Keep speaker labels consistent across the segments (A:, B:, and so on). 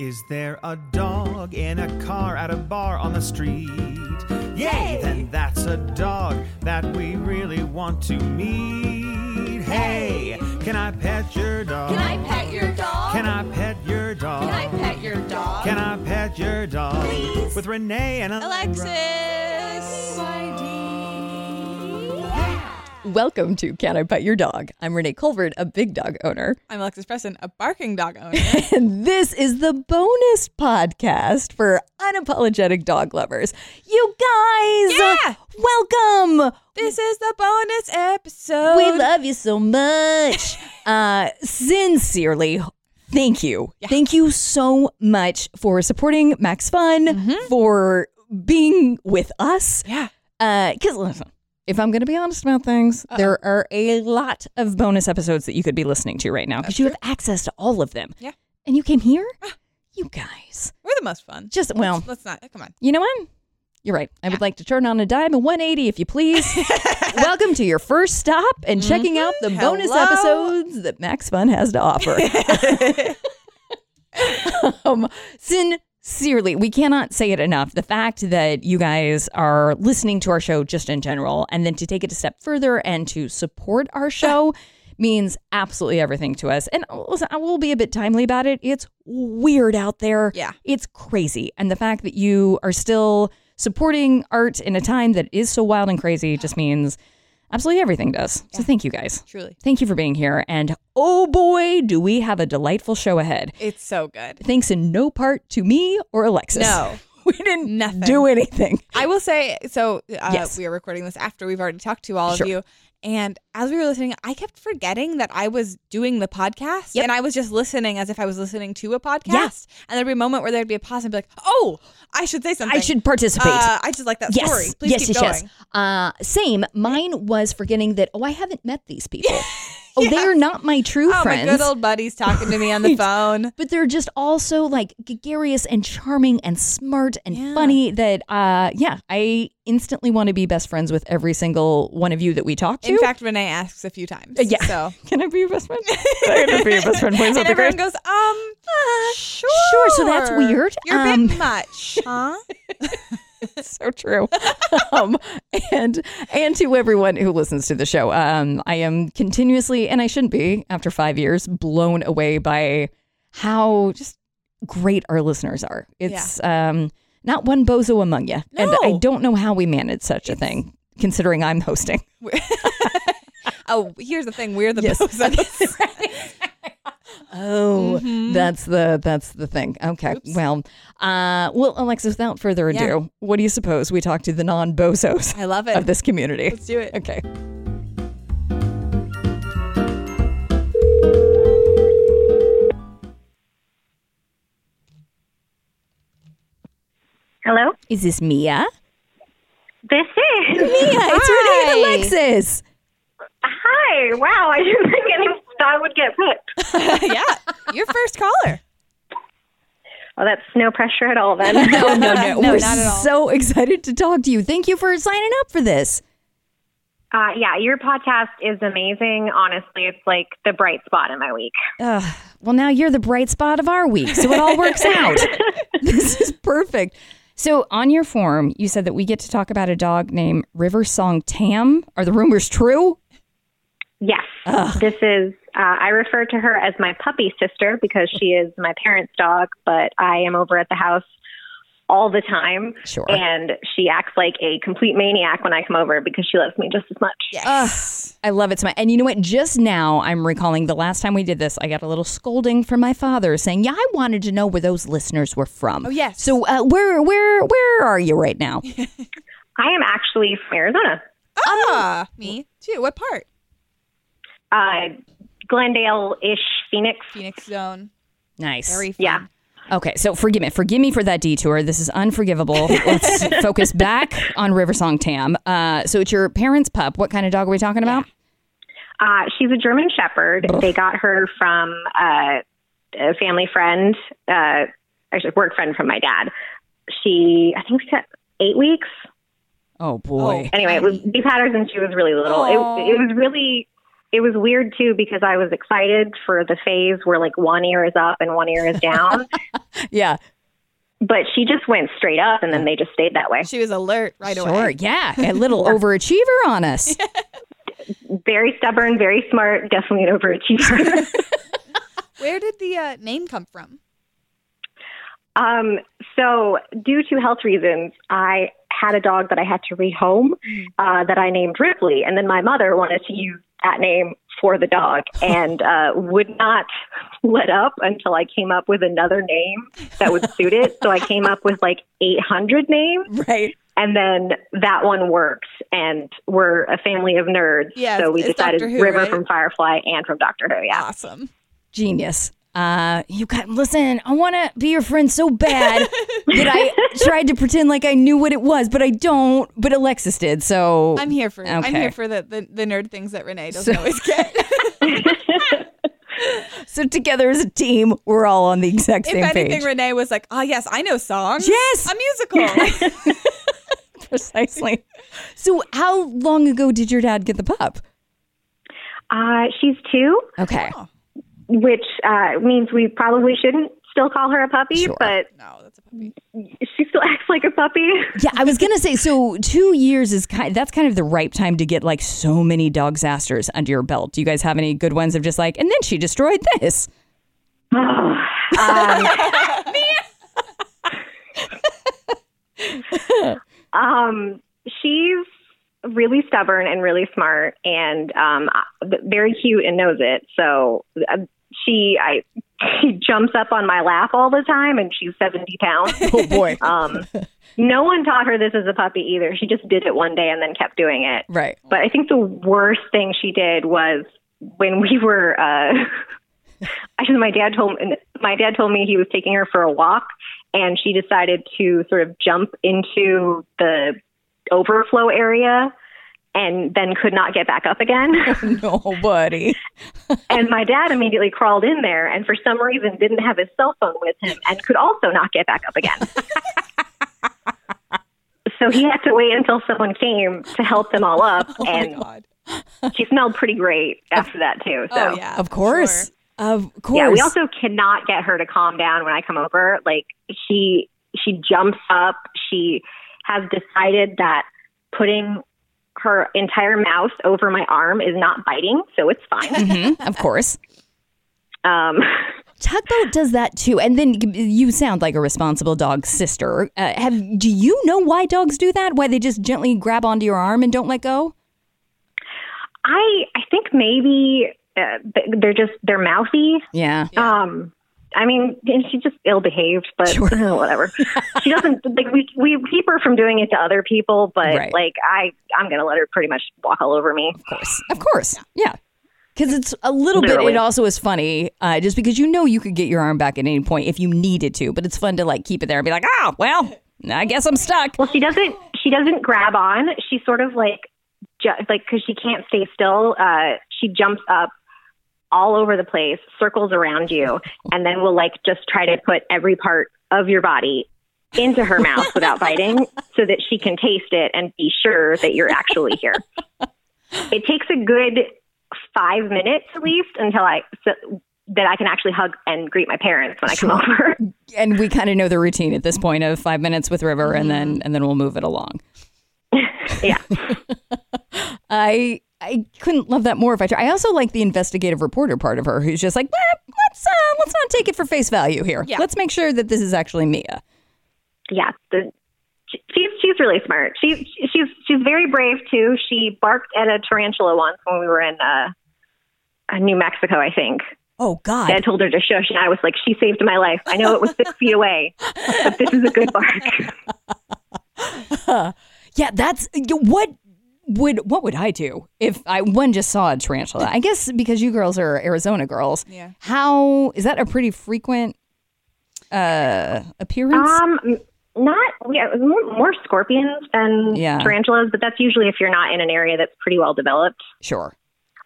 A: Is there a dog in a car at a bar on the street? Yay!
B: Yay!
A: Then that's a dog that we really want to meet. Hey, can I pet your dog?
B: Can I pet your dog?
A: Can I pet your dog?
B: Can I pet your dog?
A: Can I pet your dog?
B: Please.
A: With Renee and
B: Alexis.
C: Welcome to Can I Pet Your Dog? I'm Renee Colvert, a big dog owner.
D: I'm Alexis Preston, a barking dog owner.
C: And this is the bonus podcast for unapologetic dog lovers. You guys,
D: Yeah!
C: welcome.
D: this is the bonus episode.
C: We love you so much. uh, sincerely, thank you. Thank you so much for supporting Max Fun, for being with us.
D: Mm-hmm. yeah.
C: Because listen, if I'm going to be honest about things, there are a lot of bonus episodes that you could be listening to right now because you have access to all of them.
D: Yeah.
C: And you came here? You guys.
D: Ah. We're the most fun.
C: Just, well,
D: Let's not. Come on.
C: you know what? You're right. I would like to turn on a dime and 180 if you please. Welcome to your first stop and checking out the bonus
D: Hello.
C: episodes that Max Fun has to offer. um, sincerely, we cannot say it enough. The fact that you guys are listening to our show just in general and then to take it a step further and to support our show means absolutely everything to us. And listen, I will be a bit timely about it. It's weird out there.
D: Yeah.
C: It's crazy. And the fact that you are still supporting art in a time that is so wild and crazy just means absolutely everything to us. So thank you guys.
D: Truly.
C: Thank you for being here. And oh boy, do we have a delightful show ahead.
D: It's so good.
C: Thanks in no part to me or Alexis.
D: No.
C: We didn't
D: Nothing.
C: do anything.
D: I will say so. Uh,
C: Yes.
D: We are recording this after we've already talked to all
C: Sure.
D: of you. And as we were listening, I kept forgetting that I was doing the podcast
C: Yep.
D: and I was just listening as if I was listening to a podcast.
C: Yeah.
D: And there'd be a moment where there'd be a pause and I'd be like, oh, I should say something.
C: I should participate.
D: Uh, I just like that
C: yes.
D: story. Please
C: yes,
D: keep
C: yes,
D: going.
C: yes. Uh, same. Mine was forgetting that, oh, I haven't met these people. Oh, they are not my true
D: Oh,
C: friends.
D: my good old buddy's talking to me on the phone.
C: but they're just also like gregarious and charming and smart and funny that uh yeah i instantly want to be best friends with every single one of you that we talk to
D: In fact, Renee asks a few times.
C: yeah
D: So.
C: can i be your best friend can i be your best friend please
D: And
C: That'd be
D: everyone
C: great.
D: goes, um, sure.
C: sure, so that's weird.
D: You're a
C: Um,
D: bit much, huh?
C: so true um and and to everyone who listens to the show um i am continuously and i shouldn't be after five years blown away by how just great our listeners are it's um not one bozo among you and i
D: No.
C: don't know how we manage such a thing considering i'm hosting
D: oh, here's the thing. We're the
C: Yes.
D: bozos.
C: Oh,
D: Mm-hmm.
C: that's the that's the thing. Okay. Well, uh, well, Alexis. Without further ado,
D: Yeah.
C: what do you suppose we talk to the non bosos
D: I love it.
C: of this community?
D: Let's do it.
C: Okay.
E: Hello?
C: Is this Mia?
E: This is.
C: Mia, it's Renee and Alexis.
E: Hi. Wow, I didn't think any, I would get picked.
D: yeah. Your first caller.
E: Well, that's no pressure at all then.
C: Oh no, no,
D: No,
C: we're
D: not at all.
C: so excited to talk to you. Thank you for signing up for this.
E: uh, yeah, your podcast is amazing. Honestly, it's like the bright spot in my week.
C: Ugh, well, now you're the bright spot of our week, so it all works out. this is perfect. So, on your form, you said that we get to talk about a dog named River Song Tam. Are the rumors true?
E: Yes. This is, uh, I refer to her as my puppy sister because she is my parents' dog, but I am over at the house all the time.
C: Sure.
E: And she acts like a complete maniac when I come over because she loves me just as much.
D: Yes.
C: I love it so much. And you know what? Just now, I'm recalling the last time we did this, I got a little scolding from my father saying, "Yeah, I wanted to know where those listeners were from." Oh
D: yes.
C: So uh, where where where are you right now?
E: I am actually from Arizona.
D: ah, me too. What part?
E: uh, Glendale ish Phoenix.
D: Phoenix Zone.
C: nice.
D: Very fun.
E: Yeah.
C: Okay, so forgive me, forgive me for that detour. This is unforgivable. Let's focus back on Riversong Tam. Uh, so it's your parents' pup. What kind of dog are we talking about?
E: Uh, she's a German Shepherd. They got her from uh, a family friend, uh, actually, a work friend from my dad. She, I think, said eight weeks.
C: Oh boy.
E: Oh,
F: Oh,
E: Anyway, it was, we've had her since she was really little. It, it was really. it was weird too because I was excited for the phase where like one ear is up and one ear is down,
C: Yeah.
E: but she just went straight up and then they just stayed that way.
D: She was alert right
C: sure.
D: away.
C: Yeah. A little overachiever on us.
E: Very stubborn, very smart, definitely an overachiever.
D: Where did the uh, name come from?
E: Um, so, due to health reasons, I had a dog that I had to rehome
D: Mm.
E: uh, that I named Ripley, and then my mother wanted to use that name for the dog and uh, would not let up until I came up with another name that would suit it. So I came up with like 800 names,
C: Right.
E: and then that one works. And we're a family of nerds,
D: Yeah,
E: so we
D: it's
E: decided
D: Doctor Who,
E: River
D: right?
E: from Firefly and from Doctor Who. Yeah.
D: Awesome.
C: Genius. Uh, you got listen. I want to be your friend so bad that I tried to pretend like I knew what it was, but I don't. But Alexis did, so
D: I'm here for I'm
C: Oh. Okay.
D: here for the, the, the nerd things that Renee doesn't always get.
C: so together as a team, we're all on the exact
D: if
C: same
D: anything,
C: page.
D: Renee was like, "Oh yes, I know songs.
C: Yes!
D: a musical."
C: Precisely. So, how long ago did your dad get the pup?
E: Uh, she's two.
C: Okay.
E: which uh, means we probably shouldn't still call her a puppy,
C: Sure.
E: but
D: no, that's a puppy.
E: she still acts like a puppy.
C: Yeah, I was gonna say. So, two years is kind. That's kind of the ripe time to get like so many dog disasters under your belt. Do you guys have any good ones of just like, and then she destroyed this?
E: Um, she's really stubborn and really smart and um, uh, very cute and knows it. So uh, she, I, she jumps up on my lap all the time, and she's seventy pounds.
C: Oh boy.
E: Um, no one taught her this as a puppy either. She just did it one day and then kept doing it.
C: Right.
E: But I think the worst thing she did was when we were. Uh, actually, my dad told my dad told me he was taking her for a walk, and she decided to sort of jump into the overflow area, and then could not get back up again.
C: Oh, No, buddy.
E: and my dad immediately crawled in there, and for some reason didn't have his cell phone with him, and could also not get back up again. So he had to wait until someone came to help them all up,
C: Oh,
E: and
D: God.
E: she smelled pretty great after that too. So
D: oh yeah,
C: Of course.
D: sure.
C: Of course.
E: yeah, we also cannot get her to calm down when I come over. Like she she jumps up. She has decided that putting her entire mouth over my arm is not biting, so it's fine.
C: Mhm, of course.
E: um,
C: Tugboat does that too. And then you sound like a responsible dog sister. Uh, have do you know why dogs do that? Why they just gently grab onto your arm and don't let go?
E: I I think maybe uh, th- they're just they're mouthy.
C: Yeah.
E: Um, I mean, and she just ill behaved, but uh, whatever. she doesn't like we we keep her from doing it to other people, but
C: Right.
E: like I I'm gonna let her pretty much walk all over me.
C: Of course. Of course. Yeah. Because it's a little bit,
E: Literally.
C: it also is funny uh, just because you know you could get your arm back at any point if you needed to, but it's fun to like keep it there and be like, ah, well, I guess I'm stuck.
E: Well, she doesn't she doesn't grab on. She sort of like ju- like because she can't stay still. Uh, she jumps up all over the place, circles around you, and then will like just try to put every part of your body into her mouth without biting so that she can taste it and be sure that you're actually here. It takes a good five minutes at least until I so, that I can actually hug and greet my parents when I come over.
C: And we kind of know the routine at this point of five minutes with River and then and then we'll move it along.
E: Mm-hmm. yeah.
C: I I couldn't love that more if I tried. I also like the investigative reporter part of her, who's just like, "Well, let's uh, let's not take it for face value here.
D: Yeah.
C: Let's make sure that this is actually Mia.
E: yeah, the, she- she's she's really smart. She she's she's very brave too. She barked at a tarantula once when we were in uh, uh, New Mexico, I think.
C: Oh God,
E: Dad told her to shush, and I was like, "She saved my life. I know it was six feet away, but this is a good bark."
C: yeah, that's what would what would I do if I one just saw a tarantula? I guess because you girls are Arizona girls.
D: Yeah.
C: How is that a pretty frequent uh appearance?
E: Um, m- not yeah, more, more scorpions than
C: Yeah.
E: tarantulas, but that's usually if you're not in an area that's pretty well developed.
C: sure.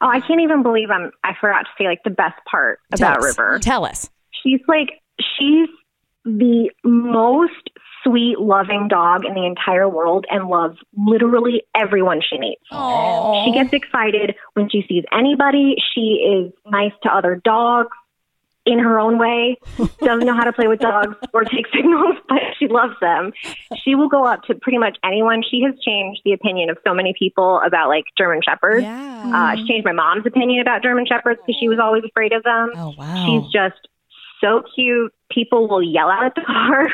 E: Oh, I can't even believe I'm. I forgot to say like the best part
C: Tell
E: about
C: us.
E: River.
C: Tell us.
E: She's like, she's the most sweet, loving dog in the entire world and loves literally everyone she meets.
C: Aww.
E: She gets excited when she sees anybody. She is nice to other dogs in her own way, doesn't know how to play with dogs or take signals, but she loves them. She will go up to pretty much anyone. She has changed the opinion of so many people about like German Shepherds.
D: Yeah.
E: Uh, she changed my mom's opinion about German Shepherds because she was always afraid of them.
C: Oh wow.
E: She's just so cute. People will yell out at the car,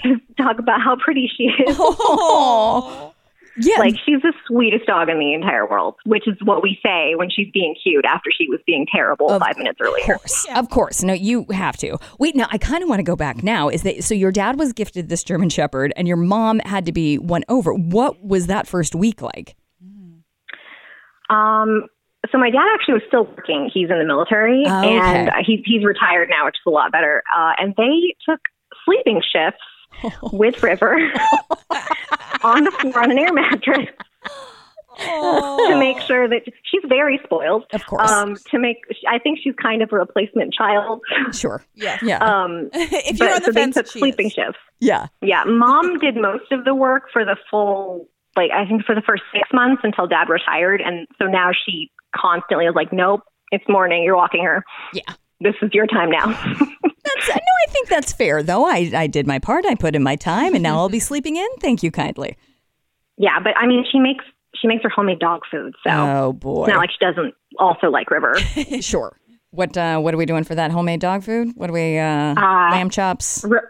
E: just talk about how pretty she is.
C: Aw. Yeah.
E: Like she's the sweetest dog in the entire world, which is what we say when she's being cute after she was being terrible
C: Of
E: five minutes
C: of
E: earlier.
C: course, of course. No, you have to. Wait, now I kind of want to go back. Now is that so? Your dad was gifted this German Shepherd, and your mom had to be won over. What was that first week like?
E: Um, so my dad actually was still working. He's in the military
C: Oh, okay.
E: and uh, he, he's retired now, which is a lot better. Uh, and they took sleeping shifts with River on the floor on an air mattress to make sure that she's very spoiled.
C: Oh. Of course,
E: Um, to make, I think she's kind of a replacement child.
C: sure.
B: Yes.
C: Yeah,
E: Um,
D: if
E: but
D: you're on
E: so
D: the
E: they
D: fence,
E: took
D: she
E: sleeping
D: is.
E: shifts.
C: yeah.
E: Yeah, mom did most of the work for the full, like I think for the first six months until dad retired, and so now she constantly is like, "Nope, it's morning. You're walking her.
C: Yeah.
E: This is your time now."
C: That's, no, I think that's fair though. I I did my part. I put in my time, and now I'll be sleeping in. Thank you kindly.
E: yeah, but I mean, she makes she makes her homemade dog food, so
C: Oh
E: it's
C: boy.
E: not like she doesn't also like River.
C: sure. What uh, what are we doing for that homemade dog food? What are we? Uh, lamb chops.
E: Ro-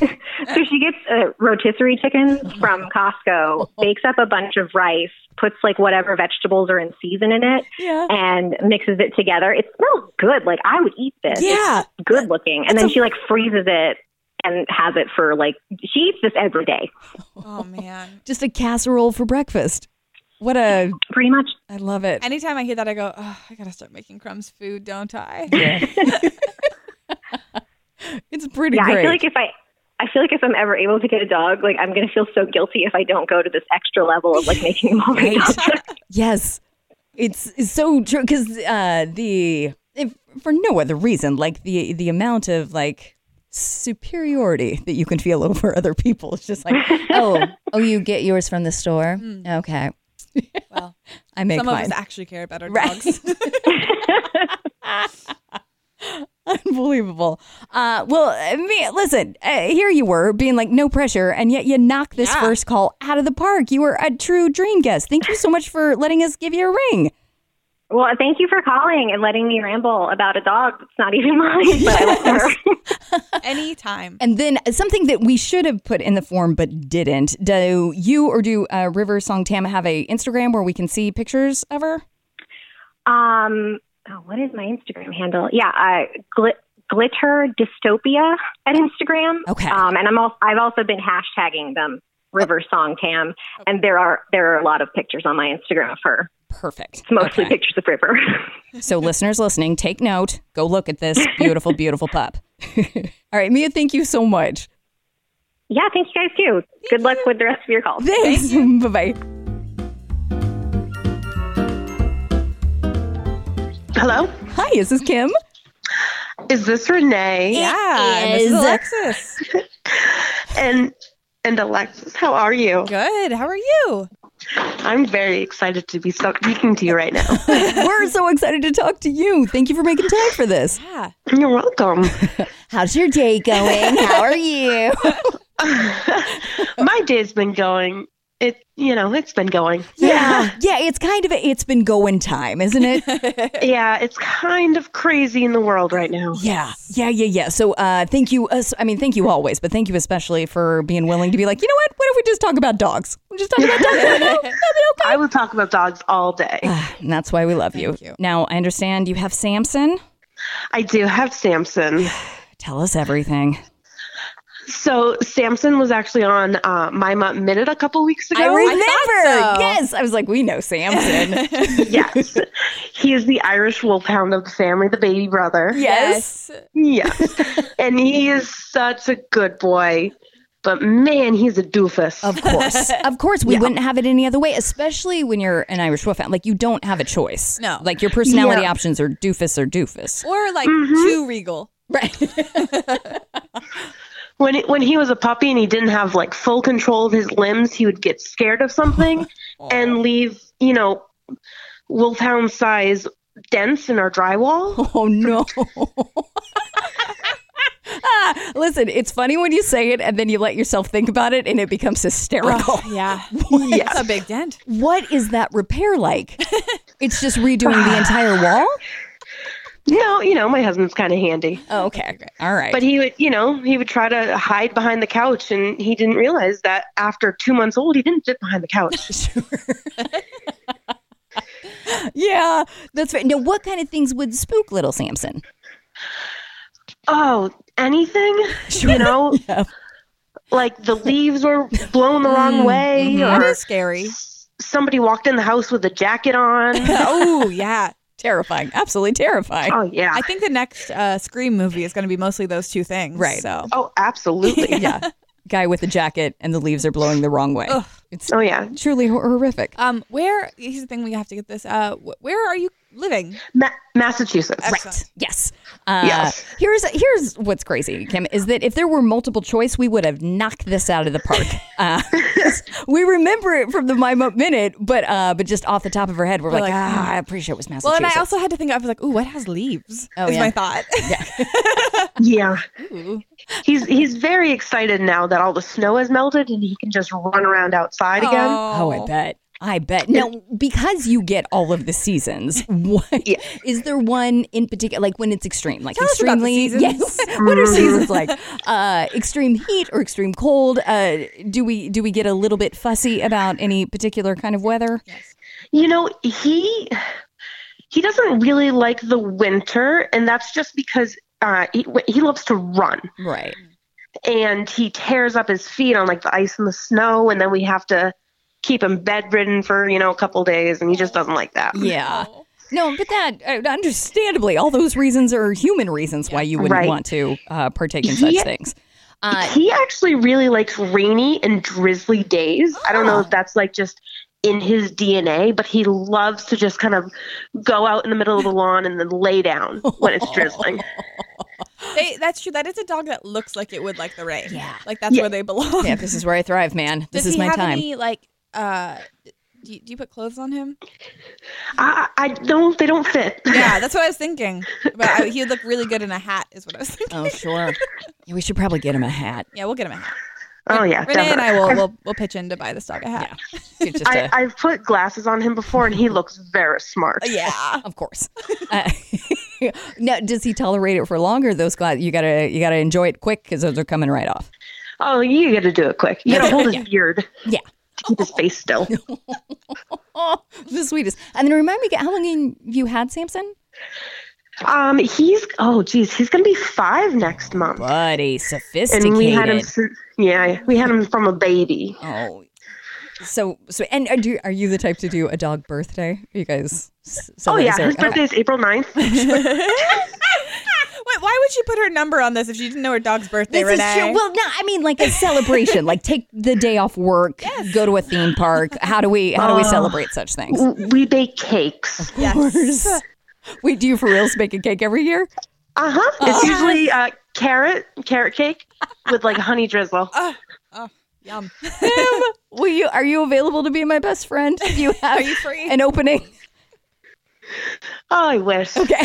E: so she gets a rotisserie chicken from Costco, bakes up a bunch of rice, puts like whatever vegetables are in season in it,
C: Yeah.
E: and mixes it together. It smells good. Like I would eat this.
D: Yeah.
E: It's good looking. And then she like freezes it and has it for like she eats this every day,
D: Oh man.
C: Just a casserole for breakfast. What a
E: pretty much.
C: I love it.
D: Anytime I hear that, I go, oh, I gotta start making crumbs food, don't I?
C: It's pretty
E: Yeah,
C: great.
E: I feel like if I. I feel like if I'm ever able to get a dog, like I'm gonna feel so guilty if I don't go to this extra level of like making them all my
C: Right.
E: dogs.
C: Yes, it's, it's so true because uh, the if, for no other reason, like the the amount of like superiority that you can feel over other people is just like oh oh you get yours from the store okay
D: Mm. Well,
C: I make
D: some
C: mine
D: of us actually care about our
C: Right.
D: dogs.
C: Unbelievable. Uh, well, I mean, listen, uh, here you were being like, no pressure, and yet you knocked this
D: Yeah.
C: first call out of the park. You were a true dream guest. Thank you so much for letting us give you a ring.
E: Well, thank you for calling and letting me ramble about a dog that's not even mine, but I love her.
D: Anytime.
C: And then something that we should have put in the form but didn't. Do you or do uh, River Song Tam have a Instagram where we can see pictures of her?
E: Um, oh, what is my Instagram handle? Yeah, uh, gl- glitter dystopia at Instagram.
C: Okay.
E: Um, and I'm al- I've also been hashtagging them River Song Tam, and there are there are a lot of pictures on my Instagram of her.
C: Perfect.
E: It's mostly
C: Okay.
E: pictures of River.
C: So, listeners listening, take note. Go look at this beautiful, beautiful pup. All right, Mia, thank you so much.
E: yeah, thank you guys too. Good luck with the rest of your calls.
C: Thanks. bye bye.
G: Hello?
C: Hi, is this Kim?
G: Is this Renee?
D: Yeah. This is Alexis.
G: And and Alexis, how are you?
D: Good. How are you?
G: I'm very excited to be speaking to you right now.
C: We're so excited to talk to you. Thank you for making time for this.
D: Yeah.
G: You're welcome.
C: How's your day going? How are you?
G: My day's been going. It you know, it's been going.
C: Yeah. Yeah, it's kind of a it's been going time, isn't it?
G: Yeah, it's kind of crazy in the world right now.
C: Yeah. Yeah, yeah, yeah. So uh thank you us I mean thank you always, but thank you especially for being willing to be like, you know what? What if we just talk about dogs? We'll just talk about dogs right now.
G: I will talk about dogs all day.
C: Ah, And that's why we love you.
D: Thank you.
C: Now I understand you have Samson.
G: I do have Samson.
C: Tell us everything.
G: So Samson was actually on uh, My Mom Minute a couple weeks ago.
C: I remember.
D: so.
C: Yes. I was like, we know Samson.
G: yes. He is the Irish wolfhound of the family, the baby brother.
C: yes.
G: Yes. and he is such a good boy. But man, he's a doofus.
C: Of course. of course. We wouldn't have it any other way, especially when you're an Irish Wolfhound. Like, you don't have a choice.
D: No.
C: Like, your personality
G: Yeah.
C: options are
E: Mm-hmm.
C: doofus or doofus.
D: Or like too regal.
C: Right.
G: when it, when he was a puppy and he didn't have like full control of his limbs, he would get scared of something and leave, you know, wolfhound size dents in our drywall.
C: Oh no. Ah, Listen, it's funny when you say it and then you let yourself think about it and it becomes hysterical.
D: yeah. That's a big dent.
C: What is that repair like? it's just redoing the entire wall?
G: No, you know, my husband's kind of handy.
C: Oh, okay. All right.
G: But he would, you know, he would try to hide behind the couch and he didn't realize that after 2 months old he didn't fit behind the couch.
C: yeah, that's right. Now, what kind of things would spook little Samson?
G: oh, anything? You know,
C: Yeah.
G: like the leaves were blown the wrong way
D: Mm, mm-hmm. That
G: or
D: is scary.
G: somebody walked in the house with a jacket on.
D: oh yeah.
C: Terrifying. Absolutely terrifying.
G: oh yeah.
D: I think the next uh, Scream movie is going to be mostly those two things.
C: Right.
D: So
G: oh, absolutely.
C: yeah. Guy with a jacket and the leaves are blowing the wrong way. It's
G: Oh yeah.
C: truly hor- horrific.
D: Um, where here's the thing we have to get this. Uh, wh- where are you living?
G: Ma- Massachusetts.
D: Excellent.
C: Yes. Uh,
G: Yes.
C: Here's here's what's crazy, Kim, is that if there were multiple choice, we would have knocked this out of the park. Uh, we remember it from the My Mo Minute, but uh, but just off the top of her head, we're, like,
D: like, "Hmm."
C: ah, I'm pretty sure it was Massachusetts.
D: Well, and I also had to think. I was like, ooh, what has leaves?
C: Oh,
D: is
C: yeah.
D: my thought.
G: Yeah. He's he's very excited now that all the snow has melted and he can just run around outside again.
C: oh, I bet. I bet. Now, because you get all of the seasons, what is
G: Yeah.
C: there one in particular? Like when it's extreme, like
D: Tell us about the
C: extremely
D: seasons.
C: yes. what are seasons like? Uh, extreme heat or extreme cold? Uh, do we do we get a little bit fussy about any particular kind of weather?
G: You know, he he doesn't really like the winter, and that's just because uh, he he loves to run,
C: Right.
G: and he tears up his feet on like the ice and the snow, and then we have to keep him bedridden for you know a couple days, and he just doesn't like that.
C: Yeah. No, but that uh, understandably, all those reasons are human reasons why you wouldn't
G: Right.
C: want to uh, partake in such
G: Yeah.
C: things. Uh,
G: He actually really likes rainy and drizzly days. I don't
C: Ah.
G: know if that's like just in his DNA, but he loves to just kind of go out in the middle of the lawn and then lay down when it's drizzling.
D: They, that's true. That is a dog that looks like it would like the rain.
C: Yeah.
D: Like that's
G: Yeah.
D: where they belong.
C: yeah, this is where I thrive, man. This
D: Does
C: is
D: he
C: my
D: have
C: time.
D: any like? Uh, do you, do you put clothes on him?
G: I, I don't, they don't fit.
D: Yeah, that's what I was thinking. But I, he would look really good in a hat, is what I was thinking.
C: oh, sure. Yeah, we should probably get him a hat.
D: Yeah, we'll get him a hat.
G: Oh yeah,
D: Renee and
G: definitely.
D: I will will will pitch in to buy this dog a hat.
C: Get just
G: I,
C: a-
G: I've put glasses on him before, and he looks very smart.
D: Yeah.
C: Oh, of course. Uh, now, does he tolerate it for longer? Those glasses, you gotta you gotta enjoy it quick because those are coming right off.
G: Oh, you got to do it quick. You got to hold his beard,
C: Yeah.
G: keep his face still.
C: Oh, the sweetest. And then remind me, how long you had Samson?
G: Um, he's oh geez, he's gonna be five next month,
C: Buddy,
G: and
C: sophisticated.
G: we had him. sin- Yeah, we had him from a baby.
C: Oh, so so and are, do, are you the type to do a dog birthday? Are you guys? s-
G: Oh
C: celebrate-
G: yeah,
C: so-
G: his birthday is April 9th.
D: Wait, why would she put her number on this if she didn't know her dog's birthday,
C: This
D: Renee?
C: is true. Well, no, I mean like a celebration. like take the day off work, go to a theme park. How do we how do we celebrate such things?
G: Uh, W- we bake cakes.
D: yes.
C: We do you for reals make a cake every year? Oh.
G: Uh huh. It's usually uh, carrot carrot cake with like honey drizzle.
C: Oh.
D: Uh, Yum.
C: Will you are you available to be my best friend? If you have
D: Are you free?
C: an opening?
G: Oh, I wish.
C: Okay.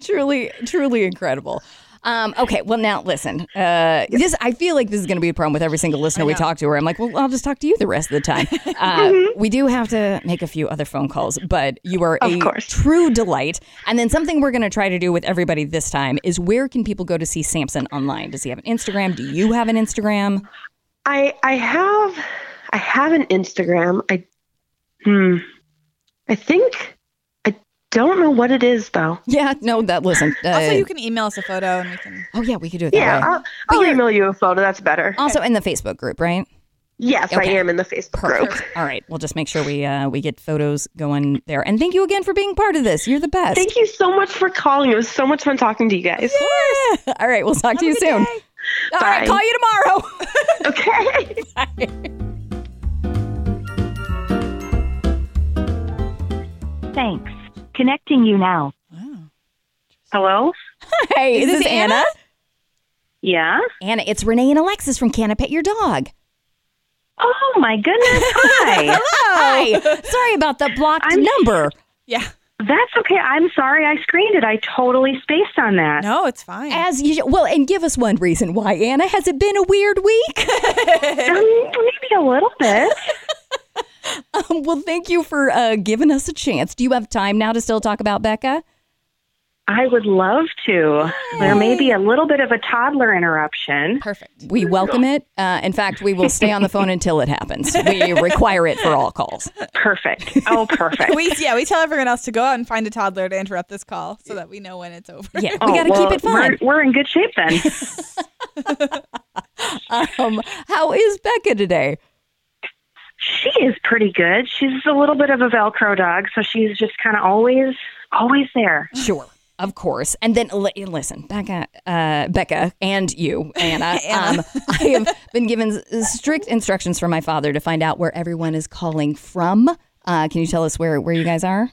C: truly, truly incredible. Um, okay, well now listen. Uh, this I feel like this is going to be a problem with every single listener we talk to. Where I'm like, well, I'll just talk to you the rest of the time. Uh, We do have to make a few other phone calls, but you are
G: Mm-hmm. Of
C: a
G: course.
C: true delight. And then something we're going to try to do with everybody this time is where can people go to see Samson online? Does he have an Instagram? Do you have an Instagram?
G: I I have I have an Instagram. I hmm. I think I don't know what it is though.
C: Yeah, no, that listen. Uh,
D: also, you can email us a photo and we can.
C: oh yeah, we could do it that
G: Yeah,
C: way.
G: I'll, I'll email you a photo. That's better.
C: also in the Facebook group, right?
G: yes,
C: okay.
G: I am in the Facebook group.
C: All right, we'll just make sure we uh, we get photos going there. And thank you again for being part of this. You're the best.
G: Thank you so much for calling. It was so much fun talking to you guys.
C: Yeah. All right, we'll talk to you soon. All
G: Bye.
C: right, call you tomorrow.
G: Okay.
H: Thanks. Connecting you now.
D: Wow.
G: Hello.
C: hey, is this Anna?
H: Yeah.
C: Anna, it's Renee and Alexis from Can I Pet Your Dog?
H: Oh my goodness. Hi.
C: Hi. Sorry about the blocked
H: I'm-
C: number.
D: Yeah.
H: That's okay. I'm sorry I screened it. I totally spaced on that.
D: No, it's fine.
C: As usual. Well, and give us one reason why, Anna. Has it been a weird week?
H: Um, maybe a little bit.
C: Um, well, thank you for uh, giving us a chance. Do you have time now to still talk about Becca?
H: I would love to. There may be a little bit of a toddler interruption.
D: Perfect.
C: We welcome it. Uh, in fact, we will stay on the phone until it happens. We require it for all calls.
H: Perfect. Oh, perfect.
D: We yeah, we tell everyone else to go out and find a toddler to interrupt this call so that we know when it's over.
C: Yeah, we
H: Oh,
C: got to
H: well,
C: keep it fun.
H: We're, we're in good shape then.
C: Um, how is Becca today?
H: she is pretty good. She's a little bit of a Velcro dog, so she's just kind of always, always there.
C: Sure. Of course. And then li- listen, Becca, uh, Becca and you, Anna,
D: Anna.
C: Um, I have been given s- strict instructions from my father to find out where everyone is calling from. Uh, can you tell us where, where you guys are?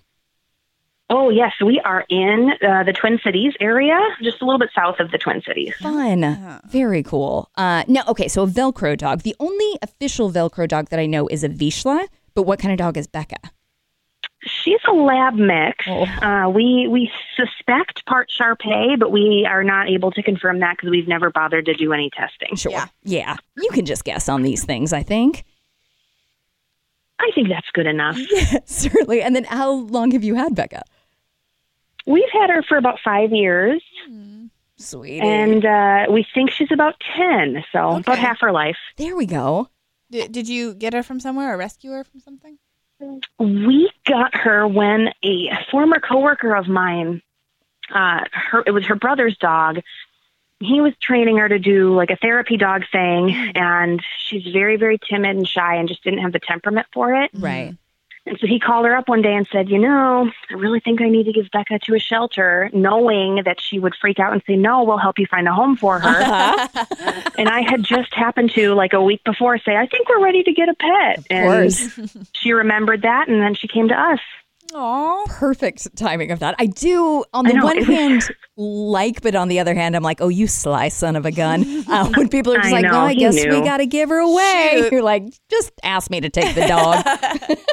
H: Oh, yes. We are in uh, the Twin Cities area, just a little bit south of the Twin Cities.
C: Fun. Very cool. Uh, no, okay, so a Velcro dog. The only official Velcro dog that I know is a Vishla, but what kind of dog is Becca?
H: She's a lab mix.
C: Oh.
H: Uh, we we suspect part Shar Pei, but we are not able to confirm that because we've never bothered to do any testing.
C: Sure.
D: Yeah.
C: yeah. You can just guess on these things, I think.
H: I think that's good enough.
C: Certainly. And then how long have you had Becca?
H: We've had her for about five years,
C: Sweet.
H: and uh, we think she's about ten, so about
D: Okay.
H: half her life.
C: there we go.
D: Did, did you get her from somewhere or rescue her from something?
C: Uh,
H: We got her when a former coworker of mine, uh, her it was her brother's dog. He was training her to do like a therapy dog thing,
C: Mm.
H: and she's very, very timid and shy, and just didn't have the temperament for it.
C: Right.
H: And so he called her up one day and said, You know, I really think I need to give Becca to a shelter, knowing that she would freak out and say, No, we'll help you find a home for her.
C: Uh-huh.
H: and I had just happened to, like a week before, say, I think we're ready to get a pet.
C: Of
H: and
C: course.
H: she remembered that, and then she came to us.
D: Aw.
C: Perfect timing of that. I do, on
H: I
C: the
H: know,
C: one
H: it was-
C: hand, like, but on the other hand, I'm like, oh, you sly son of a gun. Uh, when people are just
H: I
C: like,
H: know,
C: no, I
H: he
C: guess we
H: knew.
C: got to give her away.
D: Shoot.
C: You're like, just ask me to take the dog.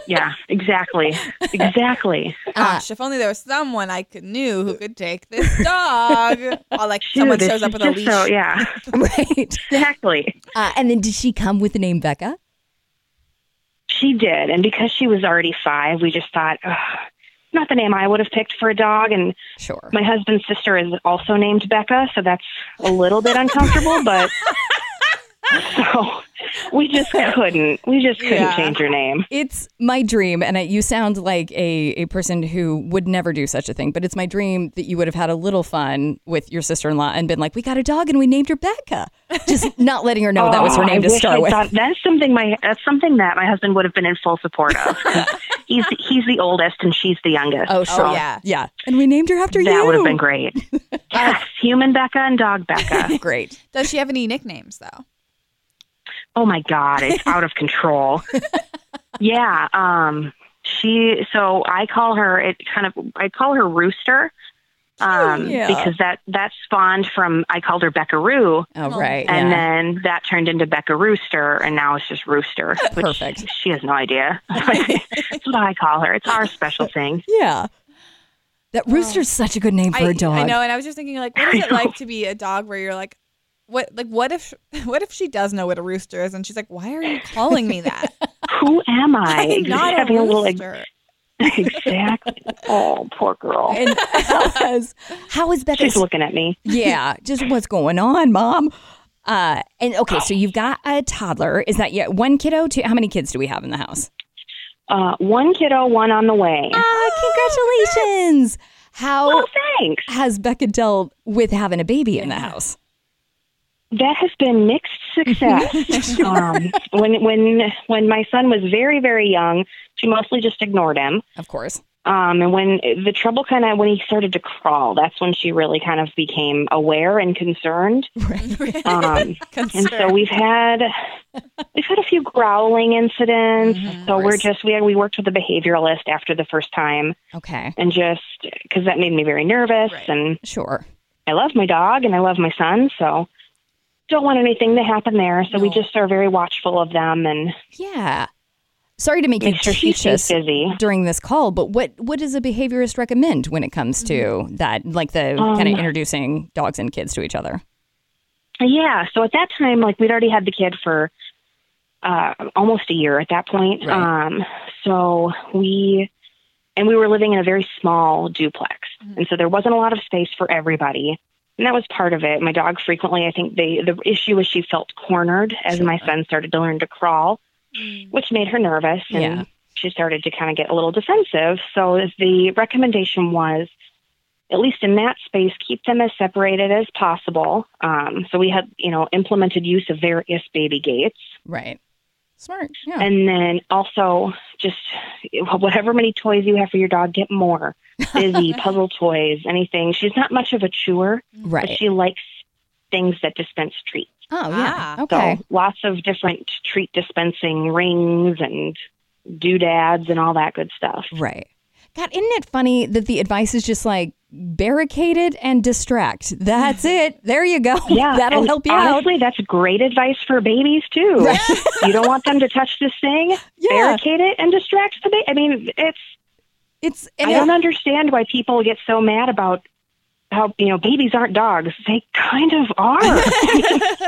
C: Ah.
H: Yeah, exactly. Exactly. Uh,
D: Gosh, if only there was someone I could knew who could take this dog. While like someone
H: Dude, this
D: shows up
H: is
D: with a
H: just
D: leash.
H: So, yeah,
C: right.
H: exactly.
C: Uh, and then did she come with the name Becca?
H: She did, and because she was already five, we just thought, Ugh, not the name I would have picked for a dog. And
C: Sure.
H: my husband's sister is also named Becca, so that's a little bit uncomfortable, but so we just couldn't, we just couldn't
D: Yeah.
H: change her name.
C: It's my dream, and I, you sound like a, a person who would never do such a thing, but it's my dream that you would have had a little fun with your sister in law and been like, We got a dog and we named her Becca. Just not letting her know that was her
H: Oh,
C: name
H: I
C: to
H: wish
C: start
H: I'd
C: with.
H: thought- that's something my that's something that my husband would have been in full support of. he's he's the oldest and she's the youngest.
C: oh, sure.
D: yeah.
C: Yeah. And we named her after
H: that
C: you.
H: would have been great. yes, human Becca and dog Becca.
C: great.
D: Does she have any nicknames though?
H: Oh my God, it's out of control. yeah. Um, she, so I call her, it kind of, I call her Rooster. Um,
C: Oh, Yeah.
H: because that, that spawned from, I called her Becca Roo
C: Oh, right.
H: and
C: yeah.
H: then that turned into Becca Rooster and now it's just Rooster. Which
C: Perfect.
H: She has no idea. That's what I call her. It's our special thing.
C: yeah. That rooster's such a good name for
D: I,
C: a dog.
D: I know, and I was just thinking, like, what is it like to be a dog where you're like, what, like, what if, what if she does know what a rooster is, and she's like, why are you calling me that?
H: Who am I?
D: I'm
H: Just
D: not a
H: having a little,
D: rooster.
H: exactly. Oh, poor girl.
C: And how is, how is Becca?
H: She's looking at me.
C: yeah. Just what's going on, mom? Uh, and okay, so you've got a toddler. Is that yet one kiddo? Two, how many kids do we have in the house?
H: Uh, one kiddo, one on the way.
C: Ah, congratulations! How
H: Oh, thanks.
C: has Becca dealt with having a baby in the house?
H: That has been mixed success. um, when when when my son was very very young, she mostly just ignored him.
C: Of course.
H: Um, and when the trouble kind of when he started to crawl, that's when she really kind of became aware and concerned. Um, and so we've had we've had a few growling incidents.
C: Mm-hmm.
H: so we're just we had, we worked with a behavioralist after the first time,
C: Okay.
H: and just because that made me very nervous.
D: Right.
H: And
C: Sure.
H: I love my dog and I love my son, so don't want anything to happen there. So we
C: No.
H: just are very watchful of them and
C: Yeah. Sorry to make you
H: make sure she
C: teach
H: stays
C: us
H: busy.
C: during this call, but what what does a behaviorist recommend when it comes to that, like the kind of
H: Um,
C: introducing dogs and kids to each other?
H: Yeah. So at that time, like we'd already had the kid for uh, almost a year at that point.
C: Right.
H: Um, so we and we were living in a very small duplex, and so there wasn't a lot of space for everybody. And that was part of it. My dog frequently, I think they the issue was she felt cornered as my son started to learn to crawl, which made her nervous, and
C: Yeah.
H: she started to kind of get a little defensive. So the recommendation was at least in that space, keep them as separated as possible. Um, so we had, you know, implemented use of various baby gates,
C: Right. Smart. Yeah.
H: and then also just whatever many toys you have for your dog, get more busy puzzle toys, anything. She's not much of a chewer, but
C: right.
H: she likes things that dispense treats.
C: Oh yeah.
B: Ah.
C: okay.
H: So lots of different treat dispensing rings and doodads and all that good stuff.
C: Right. God, isn't it funny that the advice is just like barricaded and distract. That's it. There you go.
H: Yeah,
C: That'll
H: and
C: help you out.
H: Honestly, that's great advice for babies too. you don't want them to touch this thing.
C: Yeah.
H: Barricade it and distract the baby. I mean, it's.
C: It's and
H: I
C: it-
H: don't understand why people get so mad about how you know babies aren't dogs. They kind of are. for,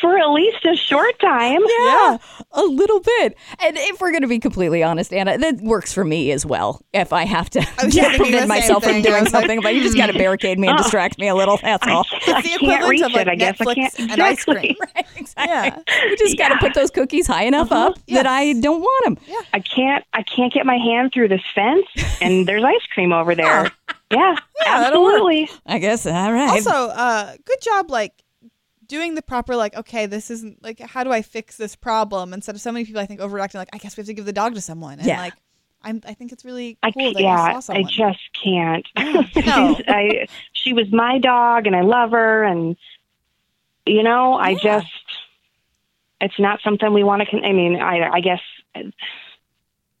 H: for at least a short time.
C: Yeah, a little bit. And if we're going to be completely honest, Anna, that works for me as well. If I have to
D: was thinking the
C: prevent
D: same
C: myself from
D: thing. I
C: doing
D: was like,
C: something, but you just got to barricade me and
H: Oh.
C: distract me a little. That's all.
H: I
D: the
H: can't
D: equivalent
H: reach
D: of, like,
H: it. I guess I
D: Netflix
H: can't.
D: and ice cream.
H: Exactly.
C: Right, exactly.
D: Yeah.
C: You just got to
H: Yeah.
C: put those cookies high enough up that I don't want them.
H: I can't I can't get my hand through this fence and there's ice cream over there. Yeah,
D: that'll work.
H: absolutely.
C: I guess. All right.
D: Also, uh, good job, like doing the proper, like, okay, this isn't like, how do I fix this problem? Instead of so many people, I think overreacting, like, I guess we have to give the dog to someone, and
C: Yeah.
D: like, I'm, I think it's really
H: I
D: cool
H: can't,
D: that
H: yeah,
D: you saw
H: I
D: someone.
H: just can't.
D: No.
H: I, she was my dog and I love her and you know, I
D: Yeah.
H: just it's not something we want to con- I mean, I I guess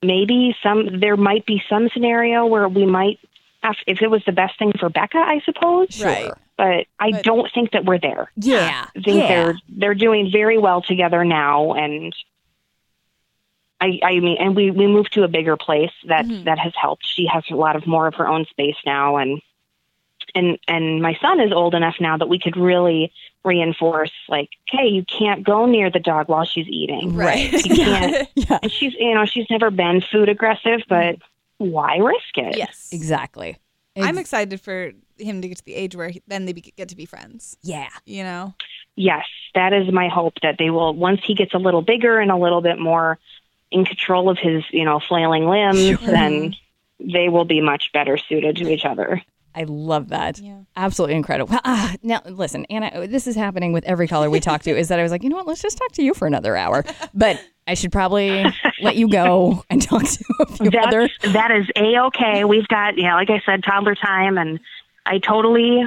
H: maybe some there might be some scenario where we might have, if it was the best thing for Becca, I suppose,
C: sure.
D: Right.
H: but I
D: But-
H: don't think that we're there.
C: Yeah.
H: I think
C: Yeah.
H: they're they're doing very well together now and I, I mean and we, we moved to a bigger place that
D: Mhm.
H: that has helped. She has a lot of more of her own space now and and and my son is old enough now that we could really reinforce like, hey, you can't go near the dog while she's eating.
C: Right.
H: You can't
C: Yeah.
H: and she's you know, she's never been food aggressive, but why risk it?
D: yes.
C: Exactly.
D: I'm
C: Ex-
D: excited for him to get to the age where he, then they be, get to be friends.
C: yeah.
D: You know,
H: yes, that is my hope that they will once he gets a little bigger and a little bit more in control of his, you know, flailing limbs, then they will be much better suited to each other.
C: Mm-hmm. I love that.
D: Yeah.
C: Absolutely incredible. Ah, now, listen, Anna, this is happening with every caller we talk to is that I was like, you know what? Let's just talk to you for another hour. But I should probably let you go and talk to a few
H: That's,
C: other.
H: that is a okay. We've got, yeah, like I said, toddler time, and I totally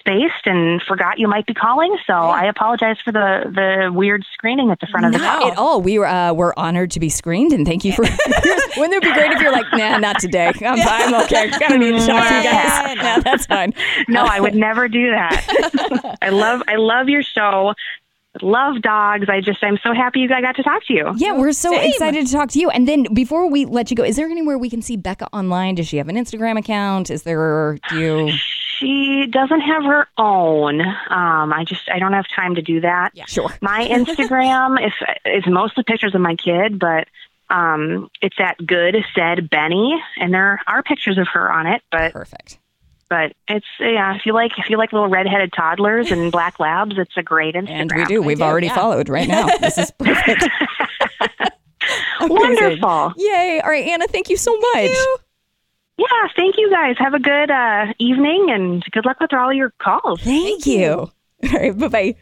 H: spaced and forgot you might be calling, so I apologize for the the weird screening at the front of the
C: Not at all. We were, uh, were honored to be screened, and thank you for. Wouldn't it be great if you're like, nah, not today. I'm, I'm okay. I don't need to talk to you guys. Nah, that's fine.
H: No, I would never do that. I love I love your show. Love dogs. I just I'm so happy I got to talk to you.
C: Yeah, we're so excited to talk to you. And then before we let you go, is there anywhere we can see Becca online? Does she have an Instagram account? Is there, do you?
H: She doesn't have her own. Um, I just I don't have time to do that.
C: Sure.
H: My Instagram is is mostly pictures of my kid, but um, it's at good said Benny, and there are pictures of her on it. But
C: Perfect.
H: but it's yeah. If you like if you like little redheaded toddlers and black labs, it's a great Instagram.
C: And we do. We've already followed right now. This is perfect. Amazing.
H: Wonderful.
C: Yay. All right, Anna, thank you so much.
H: Yeah, thank you guys. Have a good uh, evening and good luck with all your calls.
C: Thank, you. All right, bye bye.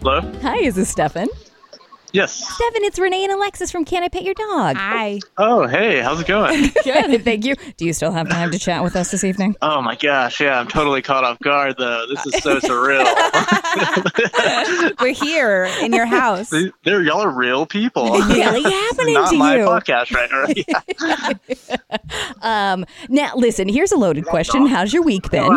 I: Hello?
C: Hi, is this Stefan?
I: Yes.
C: Devin, it's Renee and Alexis from Can I Pet Your Dog?
D: Hi.
I: Oh, hey, how's it going?
C: Good. Thank you. Do you still have time to chat with us this evening?
I: Oh my gosh, yeah, I'm totally caught off guard though. This is so surreal.
J: We're here in your house.
I: There, y'all are real people. Really
C: happening
I: Not
C: to
I: my
C: you.
I: podcast right now. Yeah.
C: Um, now, listen, here's a loaded question. How's your week been?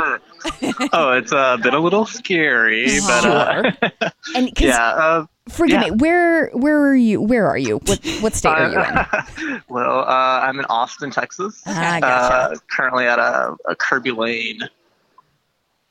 I: oh, it's uh, been a little scary, but uh,
C: And 'cause-
I: yeah. Uh,
C: forgive
I: yeah.
C: me, where where are you? Where are you? What what state are you in?
I: in? well, uh, I'm in Austin, Texas.
C: Ah,
I: Uh,
C: gotcha.
I: currently at a, a Kirby Lane.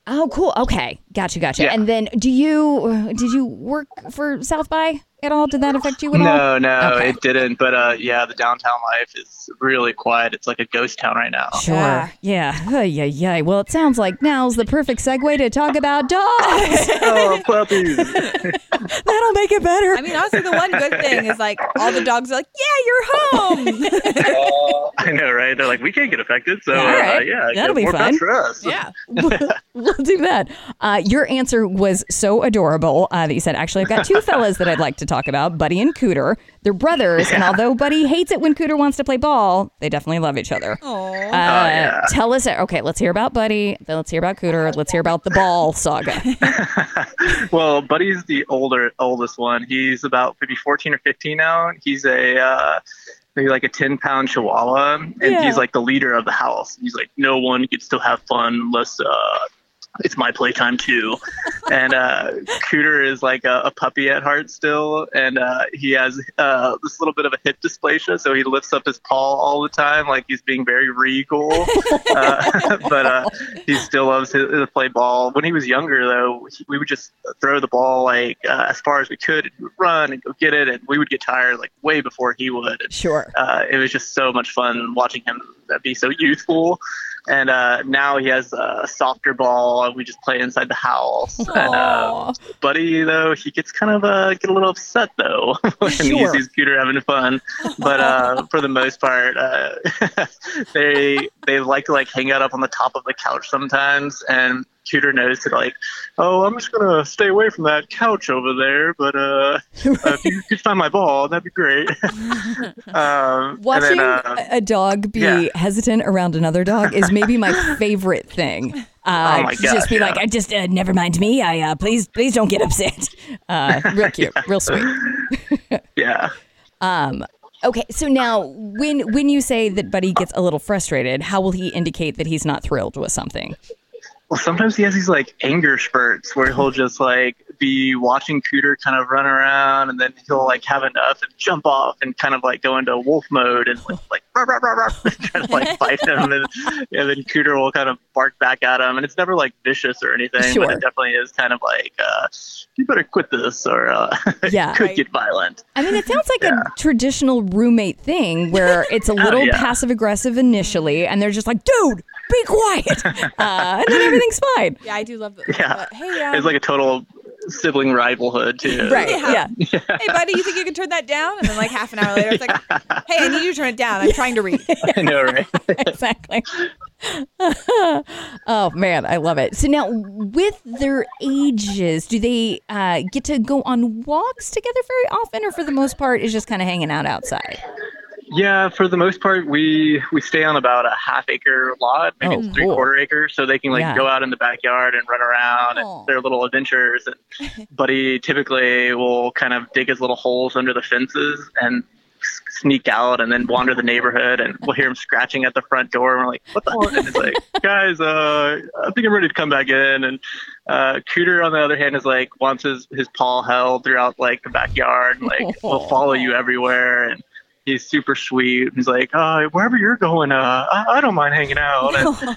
C: Oh, cool. Okay, gotcha, gotcha.
I: Yeah.
C: And then, do you did you work for South by at all? Did that affect you at all?
I: No, no,
C: Okay.
I: it didn't. But uh, yeah, the downtown life is really quiet. It's like a ghost town right now.
C: Sure. Oh, Yeah. Yeah. Yeah. yeah. Well, it sounds like now's the perfect segue to talk about dogs.
I: oh, puppies!
C: That'll make it better.
J: I mean, honestly, the one good thing is like all the dogs are like, yeah, you're home.
I: Uh, I know, right? They're like, we can't get affected, so
C: All
I: uh,
C: right.
I: yeah,
C: That'll
I: get
C: be
I: more
C: fun.
I: pets for us.
J: yeah.
C: we'll do that. Uh, your answer was so adorable uh, that you said, actually, I've got two fellas that I'd like to talk about, Buddy and Cooter. They're brothers, and although Buddy hates it when Cooter wants to play ball, they definitely love each other. Uh,
J: Aw.
I: Oh, yeah.
C: Tell us, okay, let's hear about Buddy, then let's hear about Cooter, let's hear about the ball saga.
I: well, Buddy's the older oldest one. He's about maybe 14 or 15 now. He's a uh, maybe like a 10 pound Chihuahua, and
C: Yeah.
I: he's like the leader of the house. He's like, no one can still have fun unless uh, it's my playtime too. and uh, Cooter is like a, a puppy at heart still, and uh, he has uh, this little bit of a hip dysplasia, so he lifts up his paw all the time, like he's being very regal. uh, but uh, he still loves to, to play ball. When he was younger, though, he- we would just throw the ball like uh, as far as we could, and he would run and go get it, and we would get tired like way before he would. And,
C: Sure.
I: uh, it was just so much fun watching him uh, be so youthful. And uh, now he has a softer ball, and we just play inside the house. And, uh, Buddy, though, he gets kind of uh, get a little upset though when he
C: Sure.
I: sees Peter having fun. But uh, for the most part, uh, they they like to like hang out up on the top of the couch sometimes, and Cooter knows that like, oh, I'm just gonna stay away from that couch over there. But uh, if you could find my ball, that'd be great. um, and then,
C: Watching
I: uh,
C: a- a dog be
I: yeah.
C: hesitant around another dog is maybe my favorite thing. Uh,
I: Oh my
C: just
I: gosh,
C: be
I: yeah.
C: like, I just uh, never mind me. I uh, please, please don't get upset. Uh, real cute, real sweet.
I: yeah.
C: Um, okay, so now when when you say that Buddy gets a little frustrated, how will he indicate that he's not thrilled with something?
I: Well, sometimes he has these like anger spurts where he'll just like be watching Cooter kind of run around, and then he'll like have enough and jump off and kind of like go into wolf mode and like, like rah, rah, rah, rah, try to like fight him, and, and then Cooter will kind of bark back at him, and it's never like vicious or anything,
C: Sure.
I: but it definitely is kind of like uh, you better quit this or uh,
C: Yeah.
I: it could get violent.
C: I mean, it sounds like a traditional roommate thing where it's a
J: Oh,
C: little
I: yeah.
C: passive aggressive initially, and they're just like, "Dude, be quiet," uh, and then everything's fine.
J: Yeah, I do love that.
I: Yeah.
J: but, hey, um,
I: It's like a total sibling rivalhood too.
C: Right?
J: Yeah.
C: yeah.
J: hey, buddy, you think you can turn that down? And then like half an hour later, it's like, hey, I need you to turn it down. I'm trying to read.
I: I know, right?
C: exactly. oh man, I love it. So now, with their ages, do they uh, get to go on walks together very often, or for the most part, is just kind of hanging out outside?
I: Yeah, for the most part, we we stay on about a half acre lot, maybe
C: Oh,
I: it's three
C: cool.
I: quarter acre, so they can like
C: Yeah.
I: go out in the backyard and run around
C: Aw.
I: and their little adventures. And Buddy typically will kind of dig his little holes under the fences and s- sneak out and then wander the neighborhood and we'll hear him scratching at the front door and we're like what the hell and it's like guys uh i think i'm ready to come back in and uh cooter on the other hand is like wants his his paw held throughout like the backyard and, like will follow you everywhere and he's super sweet. He's like, uh, wherever you're going, uh, I, I don't mind hanging out. And,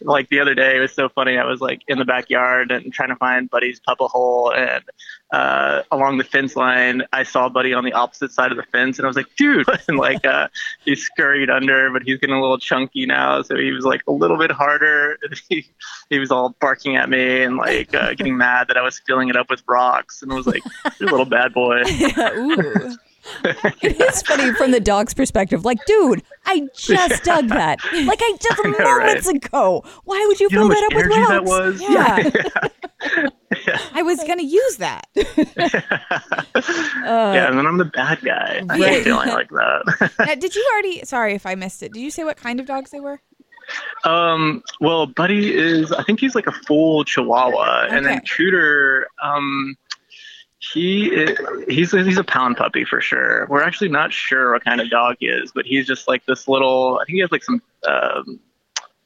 I: like the other day, it was so funny. I was like in the backyard and trying to find Buddy's puppa hole, and uh, along the fence line, I saw Buddy on the opposite side of the fence, and I was like, dude, and like uh, he scurried under, but he's getting a little chunky now, so he was like a little bit harder. he, he was all barking at me and like uh, getting mad that I was filling it up with rocks, and I was like, you little bad boy.
J: Ooh.
C: It is funny from the dog's perspective. Like, dude, I just dug that. Like, I just
I: know,
C: moments ago. Why would you
I: You know
C: fill
I: how much
C: that up with
I: energy that
C: rocks?
I: was?
C: Yeah.
J: I was gonna use that.
I: yeah, and then I'm the bad guy. I
J: Right.
I: hate feeling like that.
J: Now, did you already? Sorry if I missed it. Did you say what kind of dogs they were?
I: Um, well, Buddy is, I think he's like a full Chihuahua, and then
J: Okay.
I: Tudor, um, he is, he's a, he's a pound puppy for sure. We're actually not sure what kind of dog he is, but he's just like this little. I think he has like some. Um,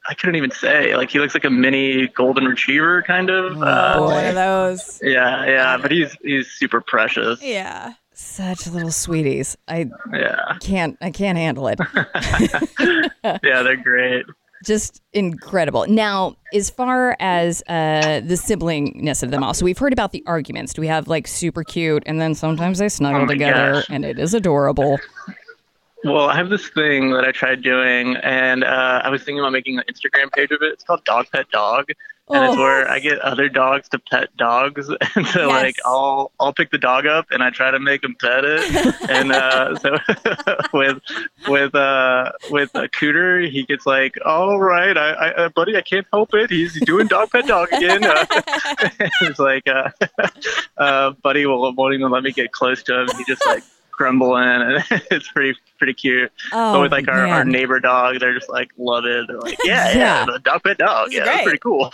I: I couldn't even say. Like he looks like a mini golden retriever, kind
C: Oh,
I: of. Uh,
J: One of those.
I: yeah, yeah, but he's he's super precious.
J: Yeah.
C: Such little sweeties. I
I: Yeah,
C: can't I can't handle it.
I: yeah, they're great.
C: Just incredible. Now, as far as uh, the siblingness of them all, so we've heard about the arguments. Do we have like super cute, and then sometimes they snuggle
I: Oh my
C: together,
I: gosh.
C: and it is adorable.
I: Well, I have this thing that I tried doing, and uh, I was thinking about making an Instagram page of it. It's called Dog Pet Dog, and it's
C: Oh.
I: where I get other dogs to pet dogs, and so like
J: Yes.
I: I'll I'll pick the dog up and I try to make him pet it, and uh, so with with uh, with a cooter, he gets like, all right, I, I uh, buddy, I can't help it. He's doing Dog Pet Dog again. Uh, it's like uh, uh, buddy will won't even let me get close to him. He just like grumbling, and it's pretty pretty cute.
C: Oh,
I: but with like our, our
C: man.
I: neighbor dog, they're just like love it. They're like, yeah, yeah,
C: Yeah.
I: the dog pet dog.
J: This is
I: Yeah, that's pretty
J: great.
I: cool.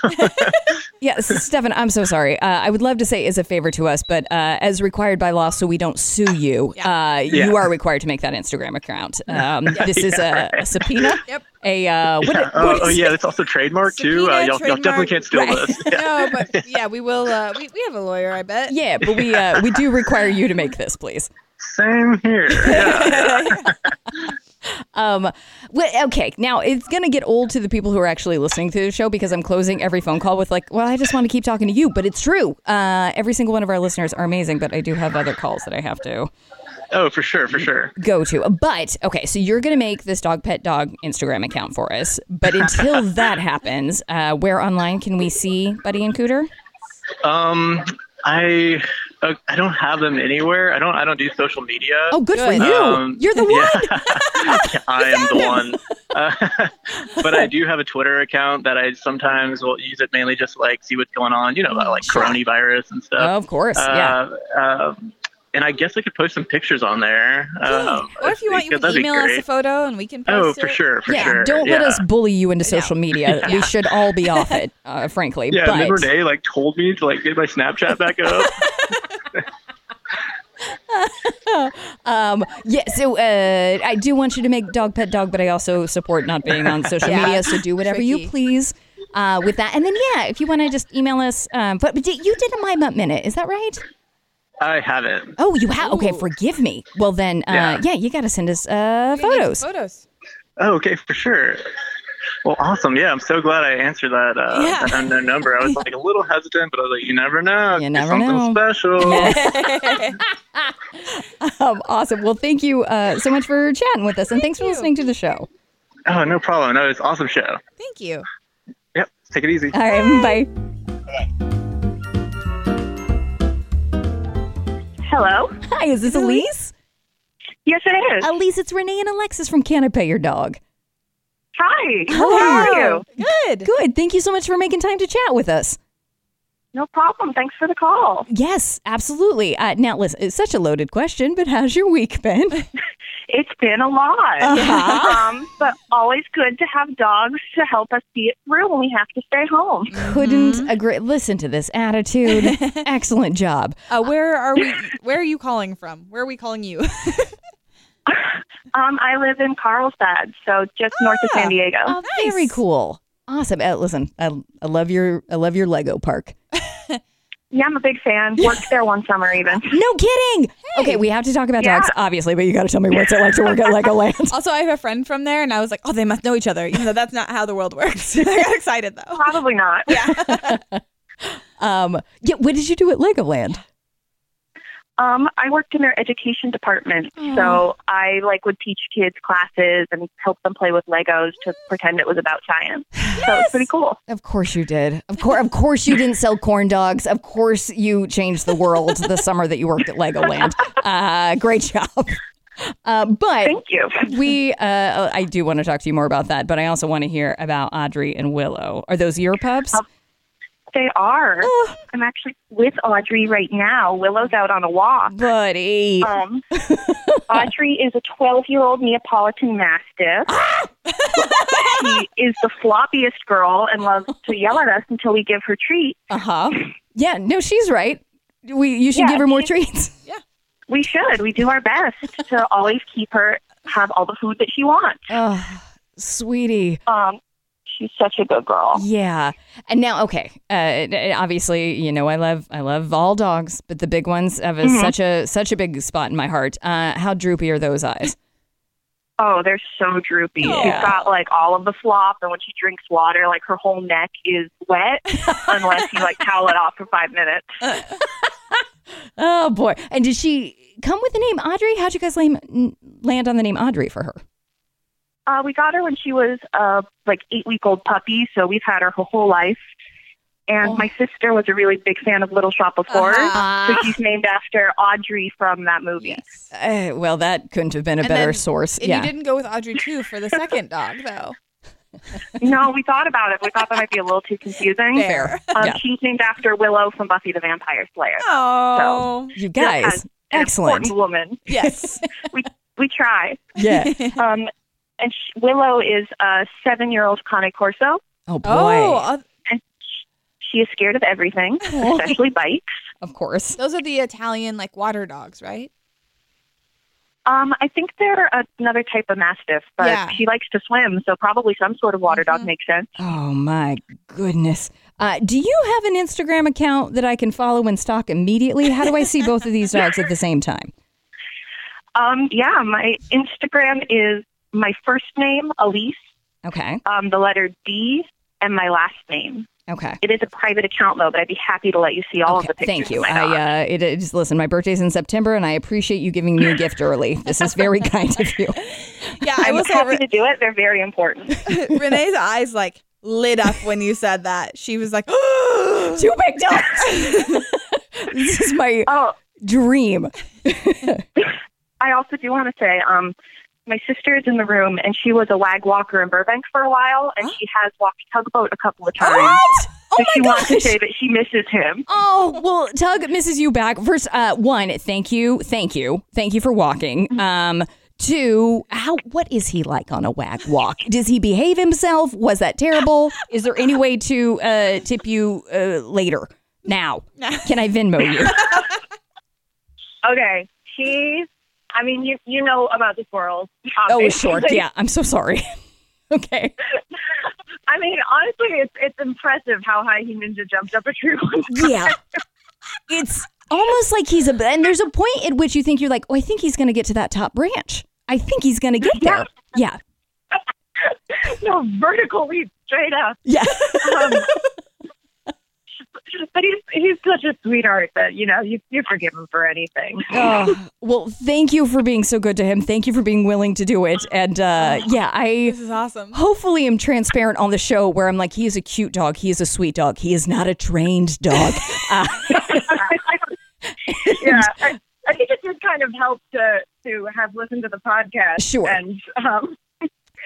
C: Yeah, S- Stefan, I'm so sorry. Uh, I would love to say is a favor to us, but uh, as required by law, so we don't sue you, uh, you
I: Yeah.
C: are required to make that Instagram account. Um, This is a,
I: Yeah,
C: a subpoena.
J: Yep.
C: A uh, what,
I: Yeah.
C: what
I: Oh, oh
C: is
I: yeah, it's also trademark too.
J: Subpoena,
I: Uh, y'all, y'all definitely
J: trademark.
I: can't steal this. Yeah.
J: No, but yeah, we will. Uh, we, we have a lawyer, I bet.
C: Yeah, but we uh, we do require you to make this, please.
I: Same here. Yeah, yeah.
C: Um, well, okay, now it's gonna get old to the people who are actually listening to the show because I'm closing every phone call with like, well, I just want to keep talking to you, but it's true. Uh, every single one of our listeners are amazing, but I do have other calls that I have to
I: Oh, for sure, for sure.
C: go to. But okay, so you're gonna make this dog pet dog Instagram account for us, but until that happens, uh, where online can we see Buddy and Cooter?
I: Um, I uh, I don't have them anywhere. I don't I don't do social media.
C: Oh, good, for
J: Good.
C: you!
I: Um,
C: you're the one.
I: Yeah, I am the one. Uh, but I do have a Twitter account that I sometimes will use it mainly just to, like see what's going on, you know, about like coronavirus and stuff.
C: of course, yeah.
I: Uh, um, and I guess I could post some pictures on there. Um,
J: Or if you want, you can
I: because that'd be
J: email us a
I: great.
J: photo and we can post
I: Oh,
J: it.
I: for sure, for
C: yeah,
I: sure.
C: don't
I: yeah.
C: let us bully you into social media. We should all be off it, uh, frankly.
I: Yeah, and
C: but
I: then Renee like told me to like get my Snapchat back up.
C: um, yeah, so uh, I do want you to make dog pet dog, but I also support not being on social
J: Yeah.
C: media. So do whatever you
J: Tricky.
C: please uh, with that. And then yeah, if you want to just email us. Um, but but you did a my mutt minute, is that right?
I: I haven't.
C: Oh, you have. Okay, forgive me. Well then, uh, yeah.
I: Yeah.
C: you got to send us uh,
J: We need
C: photos.
J: Photos.
I: Oh, okay, for sure. Well, awesome. Yeah, I'm so glad I answered that, uh,
J: Yeah.
I: that unknown number. I was like a little hesitant, but I was like, you never know.
C: You
I: It's
C: never
I: something
C: know.
I: special.
C: Um, awesome. Well, thank you uh, so much for chatting with us, and thanks for listening to the show.
I: Oh, no problem. No, it's an awesome show.
J: Thank you.
I: Yep. Take it easy.
C: All right, bye.
G: Hello.
C: Hi, is this Elise?
G: Yes, it is.
C: Elise, it's Renee and Alexis from Can I Pet Your Dog.
G: Hi. How are you?
J: Good.
C: Good. Thank you so much for making time to chat with us.
G: No problem. Thanks for the call.
C: Yes, absolutely. Uh, now, listen, it's such a loaded question, but how's your week been?
G: It's been a lot,
C: Uh-huh.
G: um, but always good to have dogs to help us see it through when we have to stay home.
C: Couldn't agree. Listen to this attitude. Excellent job.
J: Uh, where are we? Where are you calling from? Where are we calling you?
G: Um, I live in Carlsbad, so just north of San Diego.
C: Oh, Very cool. Awesome. Uh, listen, I, I love your I love your Lego park.
G: yeah, I'm a big fan. Worked there one summer even.
C: No kidding. Okay, we have to talk about
G: Yeah.
C: dogs, obviously, but you got to tell me what's it like to work at Legoland.
J: Also, I have a friend from there, and I was like, oh, they must know each other, even though that's not how the world works. I got excited though.
G: Probably not.
C: Um, yeah, what did you do at Legoland?
G: Um, I worked in their education department, so I like would teach kids classes and help them play with Legos to pretend it was about science. So it's pretty cool.
C: Of course you did. Of course, of course you didn't sell corn dogs. Of course you changed the world the summer that you worked at Legoland. Uh, great job. Uh, but
G: Thank you.
C: we, uh, I do
G: Oh.
C: want to talk to you more about that. But I also want to hear about Audrey and Willow. Are those your pups?
K: They are. I'm actually with Audrey right now. Willow's out on a walk.
C: buddy.
K: Um, Audrey is a 12 year old Neapolitan Mastiff.
C: Ah!
K: she is the floppiest girl and loves to yell at us until we give her treats.
C: Uh huh. Yeah. No, she's right. We you should
K: Yeah,
C: give her more
K: she's-
C: treats.
K: We should. We do our best to always keep her have all the food that she wants.
C: Oh, sweetie.
K: Um, she's such a good girl.
C: Yeah. And now, okay. Uh, it- it- obviously, you know I love I love all dogs, but the big ones have a,
G: Mm-hmm.
K: Mhm.
C: such a such a big spot in my heart. Uh, how droopy are those eyes?
K: Oh, they're so droopy.
C: Yeah.
K: She's got like all of the flop, and when she drinks water, like her whole neck is wet, unless you like towel it off for five minutes.
C: Oh boy. And did she come with the name Audrey? How'd you guys lame, n- land on the name Audrey for her?
K: Uh, we got her when she was uh, like eight week old puppy, so we've had her her whole life. And
C: Oh.
K: my sister was a really big fan of Little Shop of Horrors,
C: Uh-huh.
K: so she's named after Audrey from that movie.
J: Yes.
C: Uh, well, that couldn't have been a
D: And
C: better
D: then-
C: source.
D: And you
C: yeah.
D: didn't go with Audrey too for the second dog though.
K: No, we thought about it. We thought that might be a little too confusing.
C: Fair.
K: Um,
C: Yeah.
K: She's named after Willow from Buffy the Vampire Slayer.
J: Oh.
C: You
K: Just as
C: guys.
K: an
C: Excellent.
K: important woman.
J: Yes.
K: We try.
C: Yeah.
K: Um, and sh Willow is a seven-year-old Cane Corso.
C: Oh boy.
J: Oh, uh,
K: She is scared of everything, especially bikes.
C: Of course.
D: Those are the Italian like water dogs, right?
K: Um, I think they're another type of mastiff, but
D: Yeah. Mm-hmm.
K: she likes to swim, so probably some sort of water dog makes sense.
C: Oh my goodness. Uh, do you have an Instagram account that I can follow and stalk immediately? How do I see both of these dogs at the same time?
K: Um, yeah, my Instagram is my first name, Elise,
C: Okay.
K: um, the letter D, and my last name.
C: Okay.
K: It is a private account though, but I'd be happy to let you see all
C: okay.
K: of the pictures.
C: Thank you.
K: of my dog.
C: I uh, it is listen. My birthday's in September, and I appreciate you giving me a gift early. This is very kind of you.
J: yeah. I
K: I'm
J: will say
K: happy to do it. They're very important.
J: Re- Renee's eyes like lit up when you said that. She was like, oh.
C: Two big dogs. this is my
K: oh,
C: dream.
K: I also do want to say, um, my sister is in the room, and she was a wag walker in Burbank for a while, and she has walked tugboat a couple of times.
C: Oh
K: so she
C: my
K: wants to
C: gosh.
K: say that she misses him.
C: Oh well, Tug misses you back. First, uh, one, thank you, thank you, thank you for walking. Um, two, how what is he like on a wag walk? Does he behave himself? Was that terrible? Is there any way to uh, tip you uh, later? Now, can I Venmo you?
K: Okay, she. I mean, you you know about the squirrels.
C: Oh,
K: obviously.
C: short. Yeah, I'm so sorry. okay.
K: I mean, honestly, it's it's impressive how high he ninja jumped up a tree. once.
C: Yeah, it's almost like he's a. And there's a point at which you think you're like, oh, I think he's going to get to that top branch. I think he's going to get there. Yeah,
K: no vertical leap straight up.
C: yeah.
K: Um, but he's he's such a sweetheart that you know you you forgive him for anything.
C: Oh, well, thank you for being so good to him. Thank you for being willing to do it. And uh, yeah, I
D: This is awesome.
C: hopefully am transparent on the show where I'm like, he is a cute dog. He is a sweet dog. He is not a trained dog. Uh,
K: yeah, I, I think it did kind of help to to have listened to the podcast,
C: Sure.
K: and um,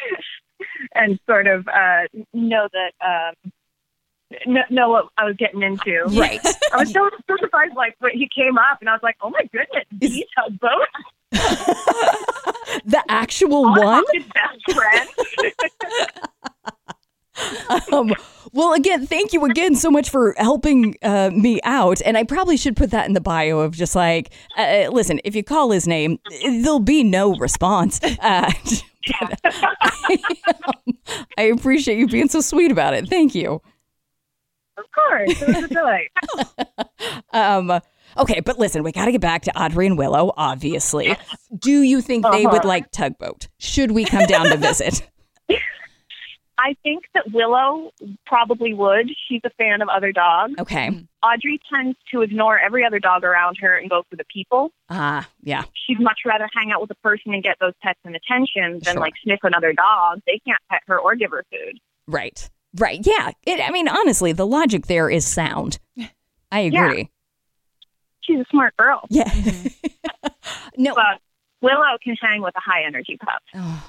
K: and sort of uh, know that um, kn- know what I was getting into.
C: right.
K: I was so, so surprised, like when he came up, and I was like, "Oh my goodness, he's a boat
C: The actual one.
K: on his best friend."
C: Um, well, again, thank you again so much for helping uh, me out. And I probably should put that in the bio of just like, uh, listen, if you call his name, there'll be no response. Uh, but, um, I appreciate you being so sweet about it. Thank you.
K: of course, it was a delight.
C: Um, okay, but listen, we got to get back to Audrey and Willow, obviously. Do you think they would
K: Uh-huh.
C: like Tugboat? Should we come down to visit?
K: I think that Willow probably would. She's a fan of other dogs.
C: Okay.
K: Audrey tends to ignore every other dog around her and go for the people.
C: Ah, yeah.
K: she'd much rather hang out with a person and get those pets and attention than
C: Sure.
K: like sniff another dog. They can't pet her or give her food.
C: Right. Right. Yeah. It, I mean, honestly, the logic there is sound. I
K: Yeah.
C: agree.
K: She's a smart girl,
C: Yeah. no,
K: but Willow can hang with a high energy pup.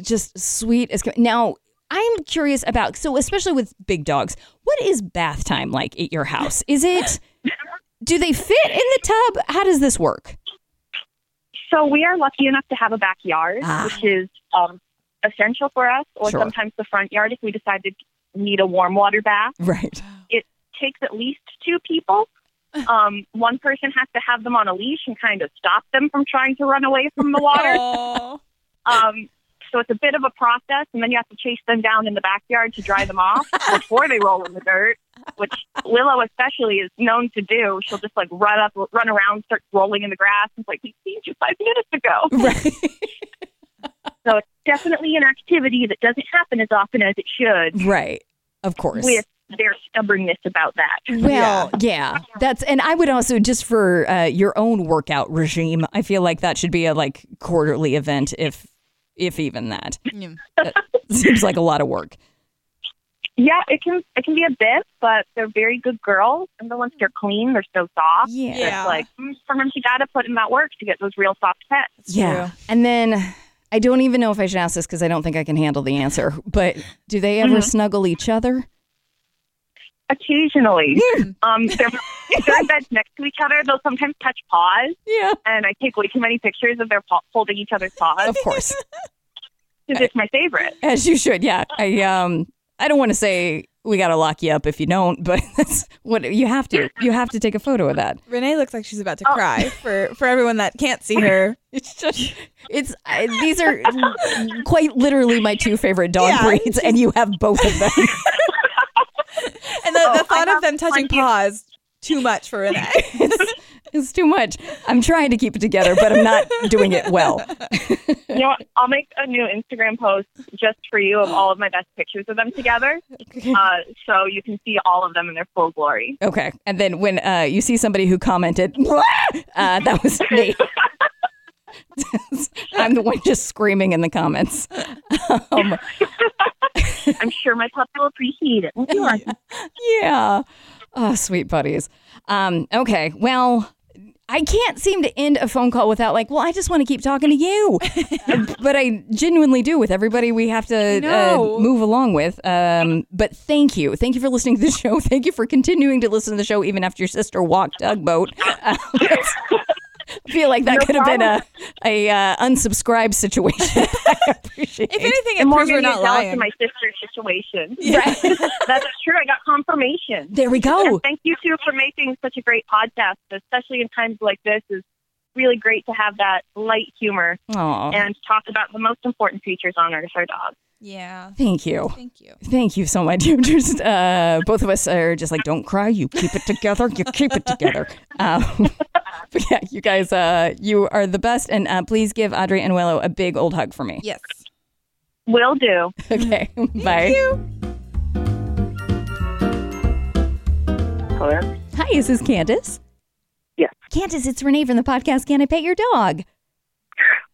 C: just sweet as can- now. I'm curious about so especially with big dogs, what is bath time like at your house? Is it do they fit in the tub? How does this work?
K: So we are lucky enough to have a backyard,
C: Ah.
K: which is um, essential for us, or
C: Sure.
K: sometimes the front yard if we decide to need a warm water bath.
C: Right.
K: It takes at least two people. Um, one person has to have them on a leash and kind of stop them from trying to run away from the water. Um, so it's a bit of a process, and then you have to chase them down in the backyard to dry them off before they roll in the dirt, which Willow especially is known to do. She'll just like run up, run around, start rolling in the grass. and It's like we seen you five minutes ago.
C: Right.
K: so it's definitely an activity that doesn't happen as often as it should.
C: Right. Of course.
K: With their stubbornness about that.
C: Well, yeah. That's and I would also just for uh, your own workout regime, I feel like that should be a like quarterly event if if even that. That seems like a lot of work.
K: Yeah, it can it can be a bit, but they're very good girls, and the ones that are clean, they're so soft.
C: Yeah.
K: it's like mm, sometimes you got to put in that work to get those real soft pets.
C: yeah. And then I don't even know if I should ask this because I don't think I can handle the answer. But do they ever
K: Mhm.
C: snuggle each other?
K: Occasionally, um, they're, if they're in bed next to each other. They'll sometimes touch paws.
C: Yeah,
K: and I take way too many pictures of their paw- holding each other's paws.
C: Of course,
K: because it's my favorite.
C: As you should, yeah. I um I don't want to say we gotta lock you up if you don't, but that's what you have to. You have to take a photo of that.
J: Renee looks like she's
K: Oh.
J: about to cry for, for everyone that can't see her.
C: It's just, it's, I, these are quite literally my two favorite dog
J: Yeah.
C: breeds, and you have both of them.
J: And
K: Oh,
J: the, the thought of them touching paws, too much for Renee.
C: It's too much. I'm trying to keep it together, but I'm not doing it well.
K: You know, what? I'll make a new Instagram post just for you of all of my best pictures of them together, uh, so you can see all of them in their full glory.
C: Okay. And then when uh, you see somebody who commented, "Blah!" uh, that was me. I'm the one just screaming in the comments. Um,
K: I'm sure my puppy will appreciate it.
C: yeah. Oh, sweet buddies. Um, okay. Well, I can't seem to end a phone call without like, well, I just want to keep talking to you. Um, but I genuinely do with everybody we have to uh,
J: know.
C: move along with. Um, but thank you. Thank you for listening to the show. Thank you for continuing to listen to the show even after your sister walked tugboat. Uh, that's- I feel like that could have been a, a uh, unsubscribe situation. I appreciate
J: If anything, it
K: And more
J: proves we're not
K: jealous of
J: lying.
K: my sister's situation.
C: Right.
K: That's true. I got confirmation.
C: There we go.
K: And thank you too for making such a great podcast, especially in times like this. is really great to have that light humor
C: Aw.
K: and talk about the most important features on earth, our dogs.
J: Yeah.
C: Thank you.
J: Thank you.
C: Thank you so much. You just uh, both of us are just like, don't cry. You keep it together. You keep it together. Um, but yeah, you guys, uh, you are the best, and uh, please give Audrey and Willow a big old hug for me.
J: Yes.
K: Will do.
C: Okay, bye.
F: Hello?
C: Hi, is this Candace?
F: Yes.
C: Candace, it's Renee from the podcast. Can I pet your dog?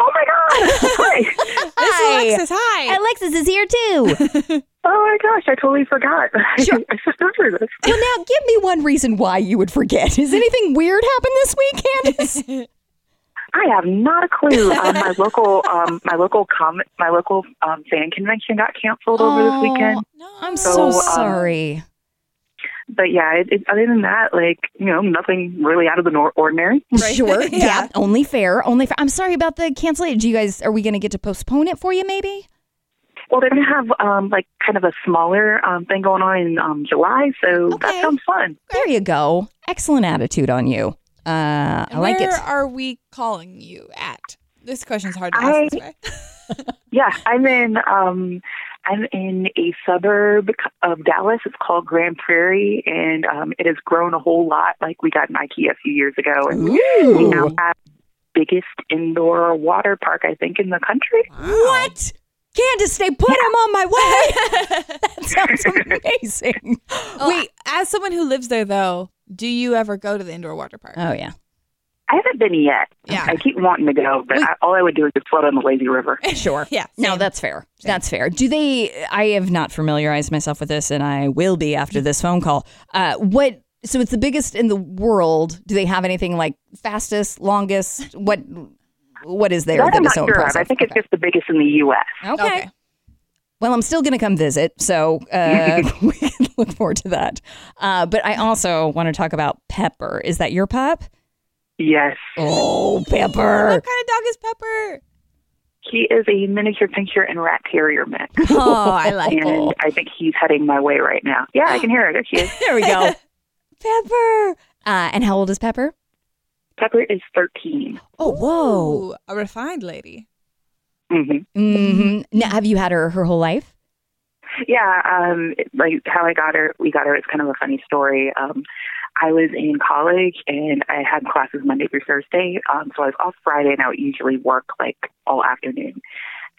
F: Oh my god! Hi.
J: Hi. Alexis, hi.
C: Alexis is here too.
F: Oh my gosh! I totally forgot.
C: Sure.
F: I just remembered this.
C: well, now give me one reason why you would forget. Has anything weird happened this week, Candace?
F: I have not a clue. Um, my local, um, my local com- my local um, fan convention got canceled over this weekend.
J: No.
C: I'm so,
F: So, um,
C: sorry.
F: But yeah, it, it, other than that, like you know, nothing really out of the nor- ordinary.
J: Right.
C: Sure. yeah.
J: Yeah.
C: Only fair. Only fair. I'm sorry about the cancellation. Do you guys are we going to get to postpone it for you? Maybe.
F: Well, they're gonna have um, like kind of a smaller um, thing going on in um, July, so
C: Okay.
F: that sounds fun.
C: There you go. Excellent attitude on you. Uh, I
J: And
C: like it.
J: Where are we calling you at? This question's hard to
F: I-
J: ask this way.
F: Yeah, I'm in um, I'm in a suburb of Dallas. It's called Grand Prairie, and um, it has grown a whole lot. Like we got an IKEA a few years ago, and we now
C: Ooh.
F: have the biggest indoor water park I think in the country.
C: What? Candace, they put him on my way. that sounds amazing.
F: Oh,
J: Wait, as someone who lives there though, do you ever go to the indoor water park?
C: Oh yeah.
F: I haven't been yet.
J: Yeah.
F: I keep wanting to go, but I, all I would do is just float on the lazy river.
C: Sure.
J: Yeah,
C: No,
J: same.
C: that's fair. That's fair. Do they? I have not familiarized myself with this, and I will be after
F: Mm-hmm.
C: this phone call. Uh, what? So it's the biggest in the world. Do they have anything like fastest, longest? What? What is there
F: that I'm
C: that is
F: not
C: so
F: sure of.
C: impressive?
F: I think it's
C: Okay.
F: just the biggest in the U.S.
C: Okay. Well, I'm still going to come visit, so uh, we can look forward to that. Uh, but I also want to talk about Pepper. Is that your pup?
F: Yes.
C: Oh, Pepper.
J: kind of dog is Pepper?
F: He is a miniature pincher and rat terrier mix.
J: Oh, I like
F: and
J: it.
F: I think he's heading my way right now. Yeah, I can hear her. There she is.
C: there we go. Pepper. Uh, and how old is Pepper?
F: Pepper is 13.
C: Oh, whoa.
J: Ooh, a refined lady.
F: Mm-hmm.
C: hmm Now, have you had her her whole life?
F: Yeah, um, like how I got her, we got her. It's kind of a funny story. Um, I was in college and I had classes Monday through Thursday, um, so I was off Friday, and I would usually work like all afternoon.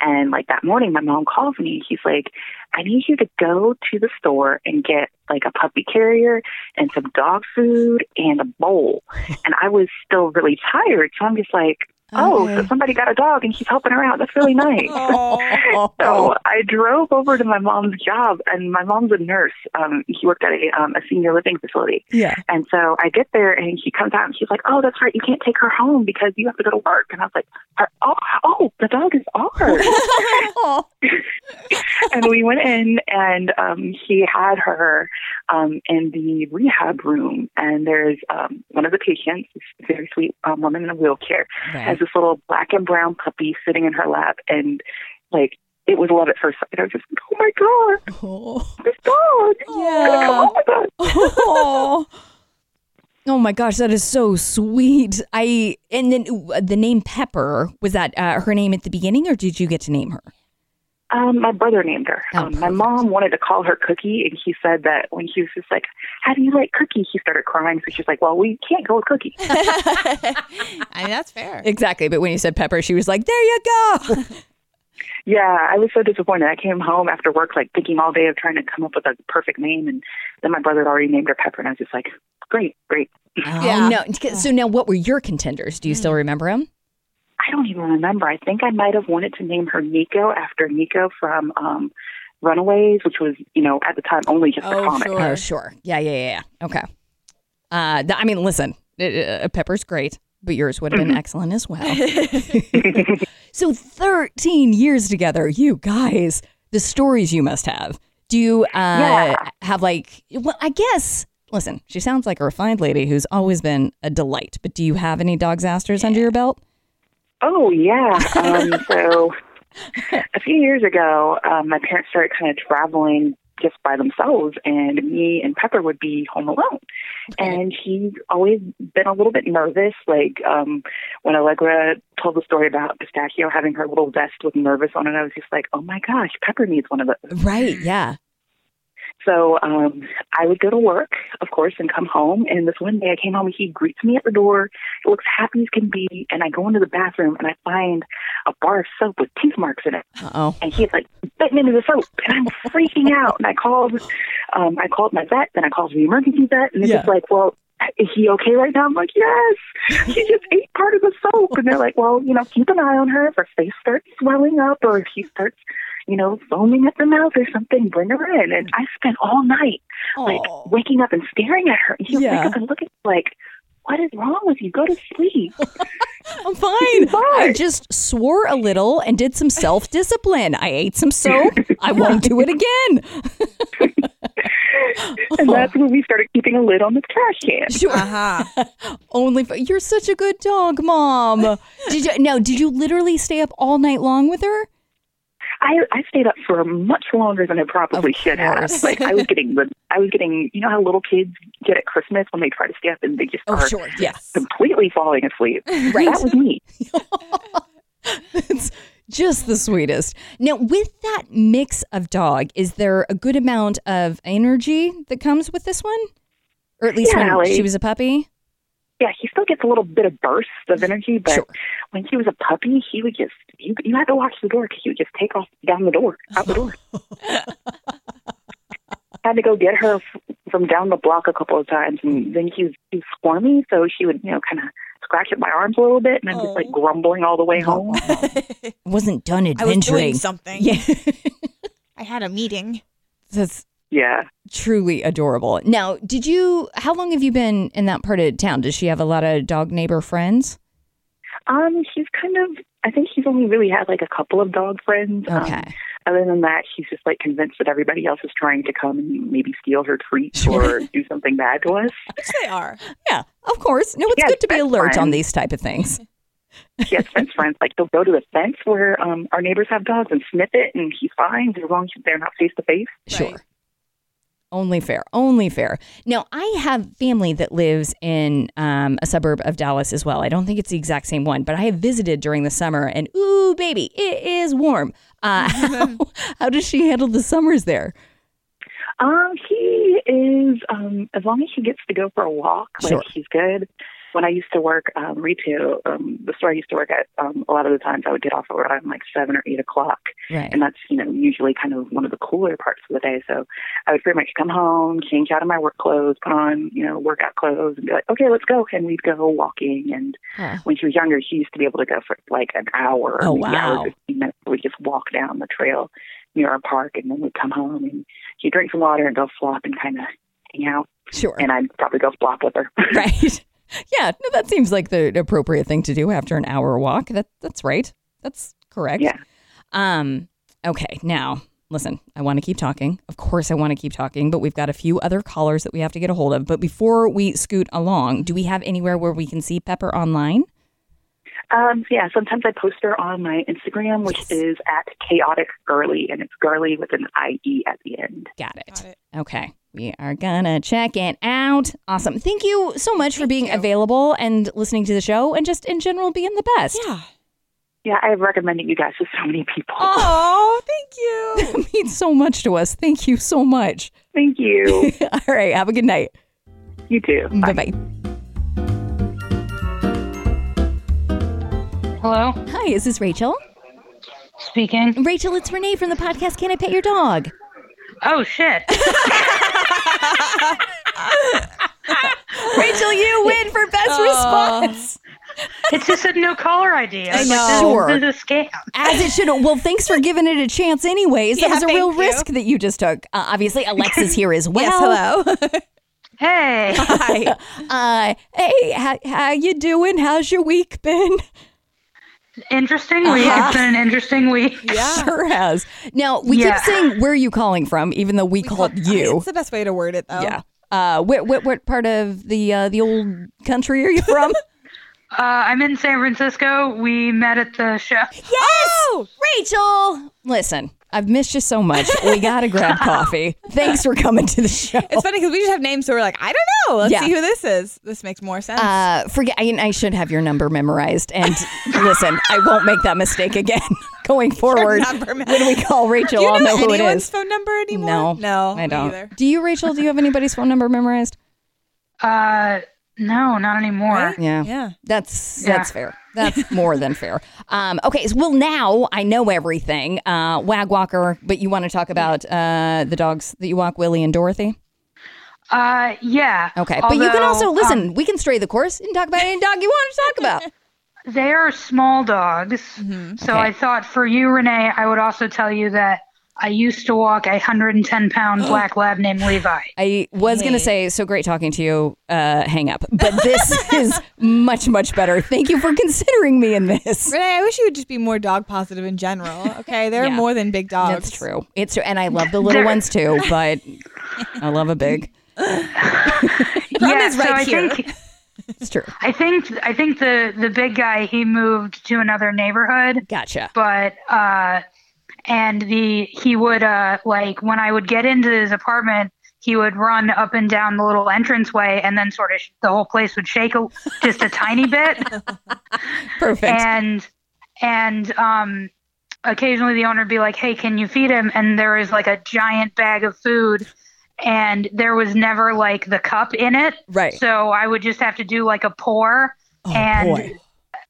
F: And like that morning, my mom calls me. He's like, "I need you to go to the store and get like a puppy carrier and some dog food and a bowl." And I was still really tired, so I'm just like, "Oh, so somebody got a dog and he's helping her out. That's really nice." so I drove over to my mom's job, and my mom's a nurse. Um, he worked at a, um, a senior living facility.
C: Yeah.
F: And so I get there, and she comes out, and she's like, "Oh, that's right, you can't take her home because you have to go to work." And I was like, "Her- "Oh, oh, the dog is ours." and we went in, and um, he had her um, in the rehab room. And there's um, one of the patients, this very sweet um, woman in a wheelchair,
L: Right.
F: has this little black and brown puppy sitting in her lap, and like it was love at first sight. I was just like, "Oh my god, this dog!"
C: Yeah. Oh. Oh my gosh, that is so sweet. I and then uh, the name Pepper was that uh, her name at the beginning, or did you get to name her?
F: Um, my brother named her.
C: Oh,
F: um, my mom wanted to call her Cookie, and he said that when he was just like, "How do you like Cookie?" He started crying. So she's like, "Well, we can't go with Cookie."
J: I mean, that's fair.
C: Exactly, but when you said Pepper, she was like, "There you go."
F: yeah, I was so disappointed. I came home after work, like thinking all day of trying to come up with a perfect name, and then my brother had already named her Pepper, and I was just like, "Great, great."
C: Oh, no. So now, what were your contenders?
J: Hmm.
C: Do you still remember them?
F: I don't even remember. I think I might have wanted to name her Nico after Nico from um, Runaways, which was, you know, at the time only just a comic.
C: Oh, sure. Yeah, yeah, yeah. yeah. Okay. Uh, th- I mean, listen, it, uh, Pepper's great, but yours would have been
F: Mhm.
C: excellent as well. so, 13 years together, you guys, the stories you must have. Do you uh,
F: Yeah.
C: have, like, well, I guess, listen, she sounds like a refined lady who's always been a delight, but do you have any dogsasters under your belt?
F: Oh yeah. Um, so a few years ago, um, my parents started kind of traveling just by themselves, and me and Pepper would be home alone. And she's always been a little bit nervous. Like um, when Allegra told the story about Pistachio having her little vest with nervous on it, I was just like, oh my gosh, Pepper needs one of those.
C: Right, yeah.
F: So um, I would go to work, of course, and come home. And this one day I came home and he greets me at the door, looks happy as can be. And I go into the bathroom and I find a bar of soap with tooth marks in it.
C: Uh-oh.
F: And he's like bitten into the soap. And I'm freaking out. And I called, um, I called my vet, then I called the emergency vet. And it's just
L: Yeah.
F: like, well, is he okay right now? I'm like, yes, he just ate part of the soap. And they're like, well, you know, keep an eye on her. If her face starts swelling up or if she starts, you know, foaming at the mouth or something, bring her in. And I spent all night, like, waking up and staring at her. And she would
L: Yeah.
F: wake up and look at me like, what is wrong with you? Go to sleep.
C: I'm fine. I just swore a little and did some self discipline. I ate some soap. I won't do it again.
F: and that's when we started keeping a lid on the trash can.
C: Sure. Only for, you're such a good dog, mom. Did you now? Did you literally stay up all night long with her?
F: I, I stayed up for much longer than I probably should have.
C: course.
F: Like I was getting the I was getting you know how little kids get at Christmas when they try to stay up and they just
C: Oh,
F: are
C: sure, yes.
F: completely falling asleep.
C: Right.
F: That was me.
C: Just the sweetest. Now, with that mix of dog, is there a good amount of energy that comes with this one? Or at least
F: Yeah,
C: when
F: Allie.
C: she was a puppy?
F: Yeah, he still gets a little bit of bursts of energy, but when he was a puppy, he would just you, you had to watch the door because he would just take off down the door, out the door. had to go get her f- from down the block a couple of times, and then she was, she was squirmy, so she would you know kind of scratch at my arms a little bit, and I'm just like grumbling all the way home.
C: Wasn't done
J: I was
C: adventuring.
J: doing something.
C: Yeah.
J: I had a meeting.
C: That's
F: yeah.
C: Truly adorable. Now, did you? How long have you been in that part of town? Does she have a lot of dog neighbor friends?
F: Um, she's kind of. I think she's only really had like a couple of dog friends. Okay. Um, other than that, she's just like convinced that everybody else is trying to come and maybe steal her treats or do something bad to us.
J: Which they are.
C: Yeah, of course. No, it's
F: Yeah,
C: good to be
F: that's
C: alert
F: fine.
C: on these type of things.
F: She has fence friends. Like they'll go to the fence where um, our neighbors have dogs and sniff it, and she's fine as long as they're not face to face.
C: Sure. Only fair. Only fair. Now, I have family that lives in um, a suburb of Dallas as well. I don't think it's the exact same one, but I have visited during the summer and, ooh, baby, it is warm. Uh, how, how does she handle the summers there?
F: Um, he is um, as long as she gets to go for a walk, like
C: Sure.
F: he's good. When I used to work um, retail, um, the store I used to work at, um, a lot of the times I would get off around like seven or eight o'clock,
C: Right.
F: and that's you know usually kind of one of the cooler parts of the day. So I would pretty much come home, change out of my work clothes, put on you know workout clothes, and be like, okay, let's go, and we'd go walking. And
C: Huh.
F: when she was younger, she used to be able to go for like an hour,
C: Oh,
F: maybe hour
C: wow.
F: 15 minutes. We'd just walk down the trail near our park, and then we'd come home and she'd drink some water and go flop and kind of hang out.
C: Sure.
F: And I'd probably go flop with her.
C: Yeah, no, that seems like the appropriate thing to do after an hour walk. That that's right. That's correct.
F: Yeah.
C: Um. Okay. Now, listen. I want to keep talking. Of course, I want to keep talking, but we've got a few other callers that we have to get a hold of. But before we scoot along, do we have anywhere where we can see Pepper online?
F: Um, yeah, sometimes I post her on my Instagram, which is at chaotic girly, and it's girly with an I E at the end.
C: Got it. Okay. We are gonna check it out. Awesome. Thank you so much for being available and listening to the show, and just in general being the best. Yeah.
F: Yeah, I have recommended you guys to so many people.
C: Oh, thank you. that means so much to us. Thank you so much.
F: Thank you.
C: All right. Have a good night.
F: You too.
C: Bye bye.
L: Hello.
C: Hi, is this Rachel?
L: Speaking.
C: Rachel, it's Renee from the podcast Can I Pet Your Dog?
L: Oh shit.
C: Rachel, you win for best
L: Aw.
C: response.
L: It's just a no caller idea.
C: I
L: It's
C: know.
L: Like, this
C: Sure.
L: is a scam.
C: As it should. Well, thanks for giving it a chance, anyways. That
L: Yeah,
C: was a real
L: thank you.
C: risk that you just took. Uh, obviously, Alexa's here as well.
L: hello. hey.
C: Hi. uh, hey, how, how you doing? How's your week been?
L: Interesting week.
C: Uh-huh.
L: It's been an interesting week.
C: Sure has. Now, we
L: Yeah.
C: kept saying, where are you calling from, even though we, called, you.
J: It's the best way to word it, though.
C: Yeah. Uh, what, what, what part of the uh, the old country are you from?
L: Uh, I'm in San Francisco. We met at the show.
C: Oh, Rachel. Listen, I've missed you so much. We got to grab coffee. Thanks for coming to the show.
J: It's funny because we just have names, so we're like, I don't know. Let's
C: Yeah.
J: see who this is. This makes more sense.
C: Uh, forget. I, I should have your number memorized. And listen, I won't make that mistake again going forward. When we call Rachel,
J: Do you
C: I'll
J: know
C: know who it
J: anyone's
C: is.
J: phone number anymore?
C: No,
J: no,
C: I
J: me
C: don't.
J: either.
C: Do you, Rachel? Do you have anybody's phone number memorized?
L: Uh, no, not anymore.
C: Yeah, yeah. That's
L: Yeah.
C: that's fair. That's more than fair. Um, okay, so, well now I know everything. Uh, Wag Walker, but you want to talk about uh, the dogs that you walk, Willie and Dorothy?
L: Uh, yeah.
C: Okay, but you can
L: Although,
C: also
L: um,
C: listen. we can stray the course and talk about any dog you want to talk about. Mm-hmm.
L: They are small dogs. So
C: Okay.
L: I thought for you, Renee, I would also tell you that I used to walk a 110 pound
C: Oh.
L: black lab named Levi.
C: I was gonna say so great talking to you. Uh, hang up, but this is much much better. Thank you for considering me in this.
J: Renee, I wish you would just be more dog positive in general. Okay, they're
C: Yeah.
J: more than big dogs.
C: That's true. It's true, and I love the little ones too, but I love a big.
L: yeah,
J: Rhonda's
L: so
J: right
L: I
J: here.
L: think
C: It's true.
L: I think I think the the big guy he moved to another neighborhood.
C: Gotcha.
L: But uh, and the he would uh like when I would get into his apartment, he would run up and down the little entranceway, and then sort of sh- the whole place would shake a, just a tiny bit.
C: Perfect.
L: And and um occasionally the owner would be like, "Hey, can you feed him?" And there is like a giant bag of food and there was never like the cup in it.
C: Right. Oh,
L: So I would just have to do like a pour and
C: boy.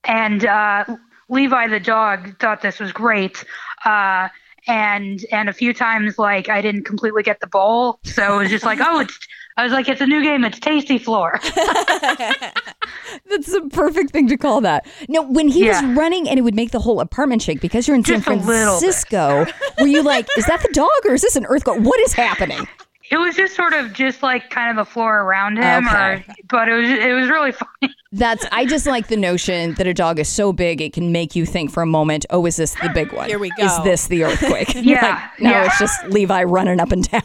L: and uh Levi the dog thought this was great. Uh and and a few times like I didn't completely get the bowl, so it was just like, "Oh, it's I was like, it's a new game. It's Tasty Floor.
C: That's the perfect thing to call that. No, when he
L: Yeah.
C: was running and it would make the whole apartment shake because you're in
L: Just
C: San
L: a little bit.
C: Francisco, were you like, is that the dog or is this an earthquake? What is happening?
L: It was just sort of just like kind of a floor around him,
C: Okay.
L: or but it was it was really funny.
C: That's I just like the notion that a dog is so big it can make you think for a moment, oh, is this the big one?
J: Here we
C: Is
J: go.
C: this the earthquake?
L: Yeah,
C: Like, no,
L: yeah.
C: it's just Levi running up and down.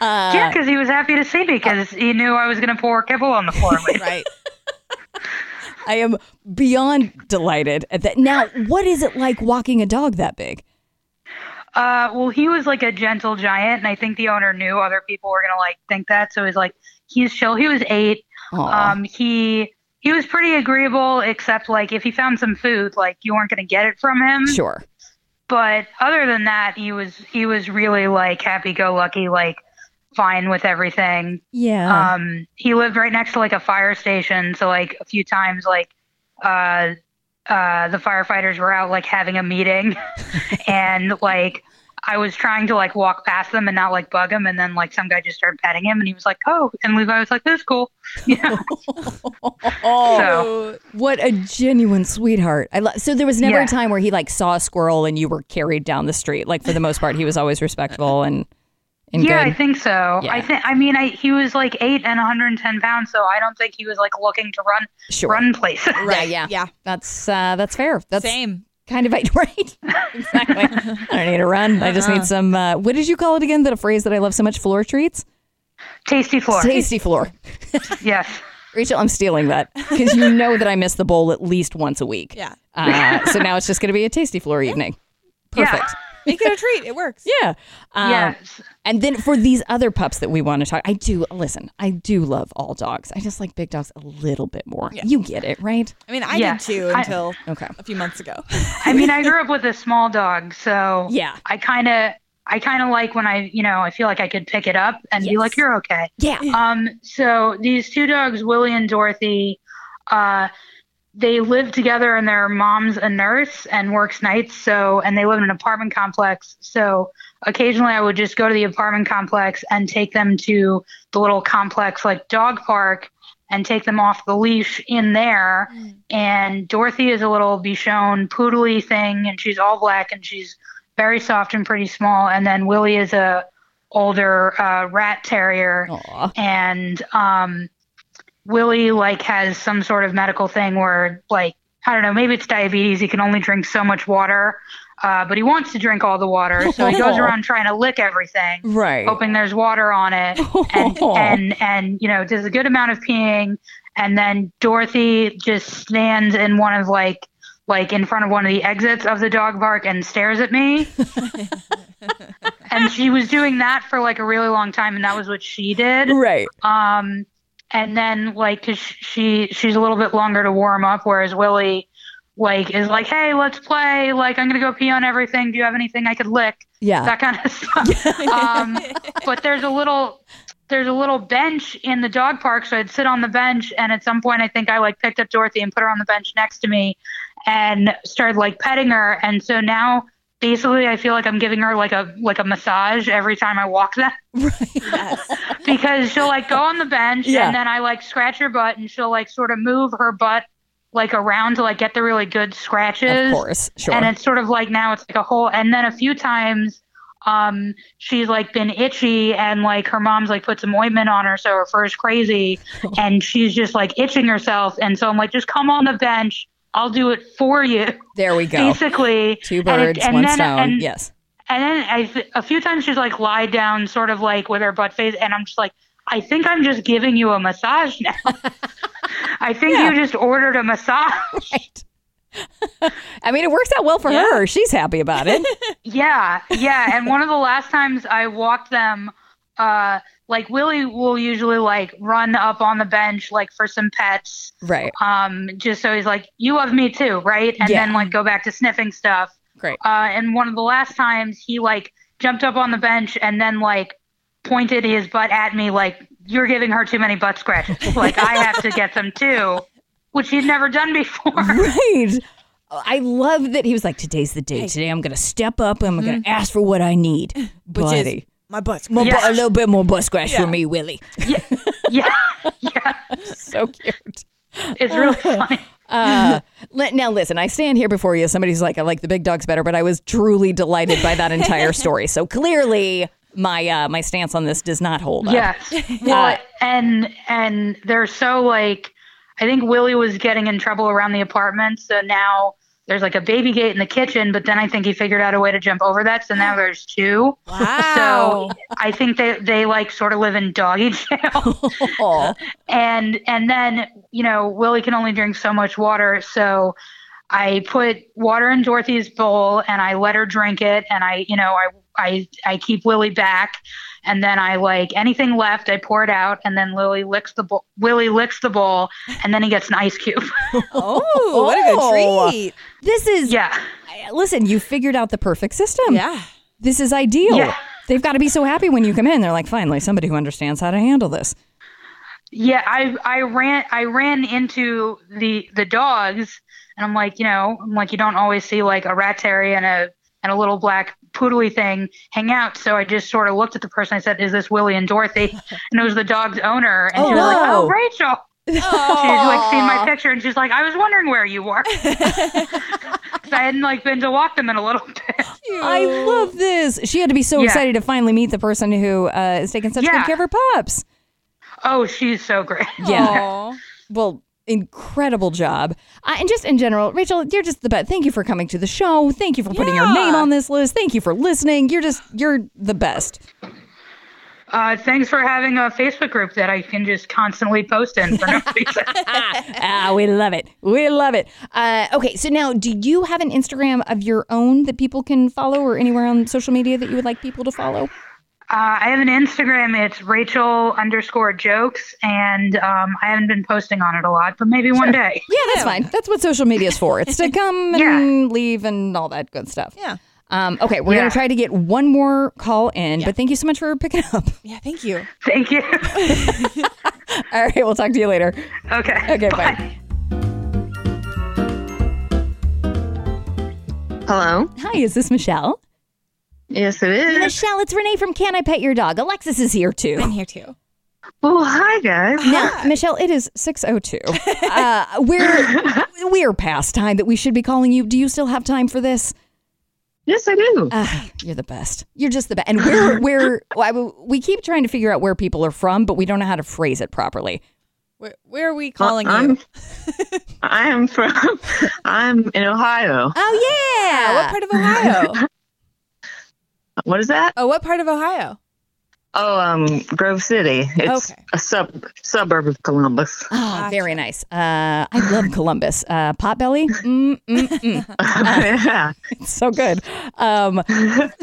C: Uh,
L: yeah, because he was happy to see me because he knew I was going to pour kibble on the floor.
J: right.
C: I am beyond delighted at that. Now, what is it like walking a dog that big?
L: Uh, well, he was like a gentle giant, and I think the owner knew other people were gonna like think that, so he's like, he's chill. He was eight.
C: Aw.
L: Um, he he was pretty agreeable, except like if he found some food, like you weren't gonna get it from him.
C: Sure.
L: But other than that, he was he was really like happy go lucky, like fine with everything.
C: Yeah.
L: Um, he lived right next to like a fire station, so like a few times, like uh, uh, the firefighters were out like having a meeting, and like I was trying to like walk past them and not like bug him, and then like some guy just started petting him, and he was like, "Oh," and Levi was like, "That's cool." Yeah. so
C: What a genuine sweetheart. I lo- so there was never
L: Yeah.
C: a time where he like saw a squirrel and you were carried down the street. Like for the most part, he was always respectful and and
L: yeah,
C: good.
L: I think so. I
C: Yeah.
L: think I mean I he was like eight and 110 pounds, so I don't think he was like looking to run
C: Sure.
L: run places.
C: Right. Yeah. Yeah. That's uh, that's fair. That's
J: same.
C: Kind of right. exactly. I don't need to run. I just
L: Uh-uh.
C: need some. Uh, what did you call it again? That a phrase that I love so much. Floor treats.
L: Tasty floor.
C: Tasty floor.
L: yes.
C: Rachel, I'm stealing that because you know that I miss the bowl at least once a week.
J: Yeah.
C: Uh, so now it's just going to be a tasty floor evening. Perfect.
J: Make it a treat. It works.
C: Yeah. Um, And then for these other pups that we want to talk, I do listen. I do love all dogs. I just like big dogs a little bit more. You get it, right?
J: I mean, I
L: Yes.
J: did too
L: I-
J: until
C: Okay.
J: a few months ago.
L: I mean, I grew up with a small dog, so
C: Yeah.
L: I kind of, I kind of like when I, you know, I feel like I could pick it up and be
M: Yes.
L: like, "You're okay."
C: Yeah.
L: Um. So these two dogs, Willie and Dorothy, uh, they live together, and their mom's a nurse and works nights. So, and they live in an apartment complex. So occasionally, I would just go to the apartment complex and take them to the little complex, like dog park. And take them off the leash in there. And Dorothy is a little Bichon poodley thing, and she's all black, and she's very soft and pretty small. And then Willie is a older uh, rat terrier, and um, Willie like has some sort of medical thing where like I don't know, maybe it's diabetes. He can only drink so much water, uh, but he wants to drink all the water, so he goes
M: Aw.
L: around trying to lick everything,
C: Right.
L: Hoping there's water on it, and and and you know does a good amount of peeing, and then Dorothy just stands in one of like like in front of one of the exits of the dog park and stares at me. and she was doing that for like a really long time and that was what she did
C: right
L: um and then like 'cause she she's a little bit longer to warm up whereas willie like is like hey let's play like i'm gonna go pee on everything do you have anything i could lick
M: Yeah.
L: that kind of stuff um but there's a little there's a little bench in the dog park so i'd sit on the bench and at some point i think i like picked up dorothy and put her on the bench next to me and started like petting her and so now basically i feel like i'm giving her like a like a massage every time i walk that because she'll like go on the bench
M: Yeah.
L: and then I like scratch her butt and she'll like sort of move her butt like around to like get the really good scratches.
C: Of course, sure.
L: And it's sort of like now it's like a whole and then a few times um she's like been itchy and like her mom's like put some ointment on her so her fur's crazy and she's just like itching herself and so I'm like just come on the bench I'll do it for you.
C: There we go.
L: Basically
C: Two
L: and it-
C: birds,
L: and
C: one
L: then-
C: stone.
L: and-
C: yes.
L: and then I th- a few times she's like lied down, sort of like with her butt face, and I'm just like, I think I'm just giving you a massage now. I think you just ordered a massage.
C: I mean, it works out well for her. She's happy about it.
L: yeah, yeah. And one of the last times I walked them, uh, like Willie will usually like run up on the bench like for some pets,
C: right.
L: um, just so he's like, you love me too, right? And
M: Yeah.
L: then like go back to sniffing stuff.
C: Great.
L: Uh, and one of the last times he like jumped up on the bench and then like pointed his butt at me like you're giving her too many butt scratches. like I have to get them too, which he'd never done before.
C: Right. I love that he was like, today's the day. Today I'm going to step up. I'm
L: Mm.
C: going to ask for what I need.
M: is
C: buddy.
J: my butt
C: More bu-
M: scratch.
C: a little bit more butt scratch
M: Yeah.
C: for me, Willie. so cute.
L: It's really funny.
C: Uh, li- now, listen, I stand here before you. Somebody's like, I like the big dogs better, but I was truly delighted by that entire story. So clearly, my uh, my stance on this does not hold up.
L: Yes. Well, and and they're so like I think Willie was getting in trouble around the apartment, so now there's like a baby gate in the kitchen, but then I think he figured out a way to jump over that, so now there's two.
J: Wow.
L: So I think they, they like sort of live in doggy jail. and and then, you know, Willie can only drink so much water, so I put water in Dorothy's bowl and I let her drink it and I, you know, I I I keep Willie back and then I like anything left I pour it out and then Lily licks the bowl Willie licks the bowl and then he gets an ice cube.
J: Oh, what a good treat.
C: This is
L: yeah.
C: Listen, you figured out the perfect system.
J: Yeah.
C: This is ideal.
L: Yeah.
C: They've got to be so happy when you come in. They're like, finally, somebody who understands how to handle this.
L: Yeah, I I ran I ran into the the dogs and I'm like, you know, I'm like you don't always see like a rat terrier and a and a little black poodly thing hang out. So I just sort of looked at the person. I said, "Is this Willie and Dorothy?" And it was the dog's owner, and
C: Oh,
L: she was like,
C: wow.
L: "Oh, Rachel." She's like seen my picture, and she's like, "I was wondering where you were." 'Cause I hadn't like been to walk them in a little bit.
C: I love this. She had to be so
L: Yeah.
C: excited to finally meet the person who uh, is taking such
L: Yeah.
C: good care of her pups.
L: Oh, she's so great.
C: Yeah. Well, incredible job. Uh, and just in general, Rachel, you're just the best. Thank you for coming to the show. Thank you for putting your name on this list. Thank you for listening. You're just, you're the best.
L: Uh, thanks for having a Facebook group that I can just constantly post in for no reason. Uh,
C: ah, we love it. We love it. Uh, okay, so now, do you have an Instagram of your own that people can follow or anywhere on social media that you would like people to follow?
L: Uh, I have an Instagram. It's Rachel underscore jokes, and um, I haven't been posting on it a lot, but maybe one
C: Sure.
L: day.
C: Yeah, that's fine. That's what social media is for. It's to come and leave and all that good stuff.
J: Yeah.
C: Um, okay, we're
L: Yeah.
C: going to try to get one more call in, but thank you so much for picking up.
J: Yeah, thank you.
L: Thank you.
C: All right, we'll talk to you later.
L: Okay.
C: Okay, bye.
M: Hello.
C: Hi, is this Michelle?
M: Yes, it is.
C: Michelle, it's Renee from Can I Pet Your Dog? Alexis is here too. I'm
J: here too.
M: Well, Oh, hi guys.
C: Now, Michelle, it is 6:02. uh, we're we're past time that we should be calling you. Do you still have time for this?
M: Yes, I do.
C: Uh, you're the best. You're just the best. And we're we're why- we keep trying to figure out where people are from, but we don't know how to phrase it properly.
J: Where, where are we calling
M: Well,
J: you?
M: I am from. I'm in Ohio.
C: Oh yeah.
J: What part of Ohio?
M: What is that?
J: oh, what part of Ohio?
M: Oh, um, Grove City. It's a sub suburb of Columbus.
C: Oh, very nice. Uh, I love Columbus. Uh, Potbelly? Mm, mm, mm.
M: yeah.
C: It's so good. Um,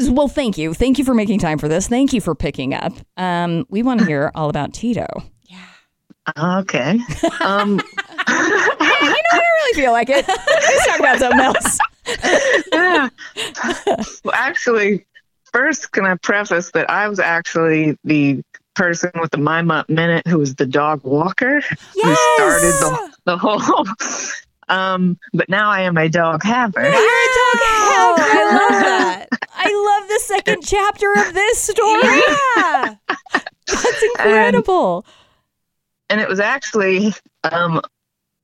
C: well, thank you. Thank you for making time for this. Thank you for picking up. Um, we want to hear all about Tito.
M: Okay. Um,
C: I know I really feel like it. Let's talk about something else.
M: yeah. Well, actually, first, can I preface that I was actually the person with the My Mutt Minute who was the dog walker who started the, the whole. Um, but now I am a dog haver.
C: Oh, I love that. I love the second chapter of this story. Yeah. That's incredible.
M: and it was actually um,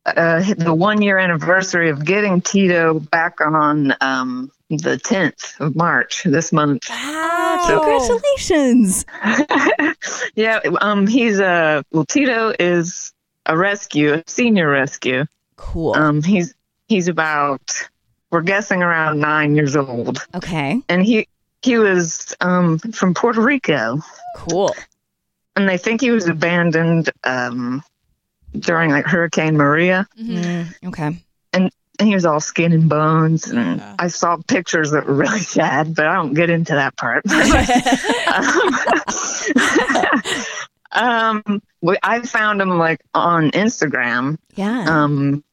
M: uh, the one year anniversary of getting Tito back on um, the 10th of March this month.
C: Congratulations.
M: Yeah, um, he's a well, Tito is a rescue, a senior rescue.
C: Cool.
M: Um, he's he's about we're guessing around nine years old.
C: Okay.
M: And he he was um from Puerto Rico.
C: Cool.
M: And they think he was abandoned um during like Hurricane Maria.
C: Mm, okay.
M: and and he was all skin and bones and i saw pictures that were really sad but i don't get into that part um, um, we- i found him like on instagram
C: yeah
M: um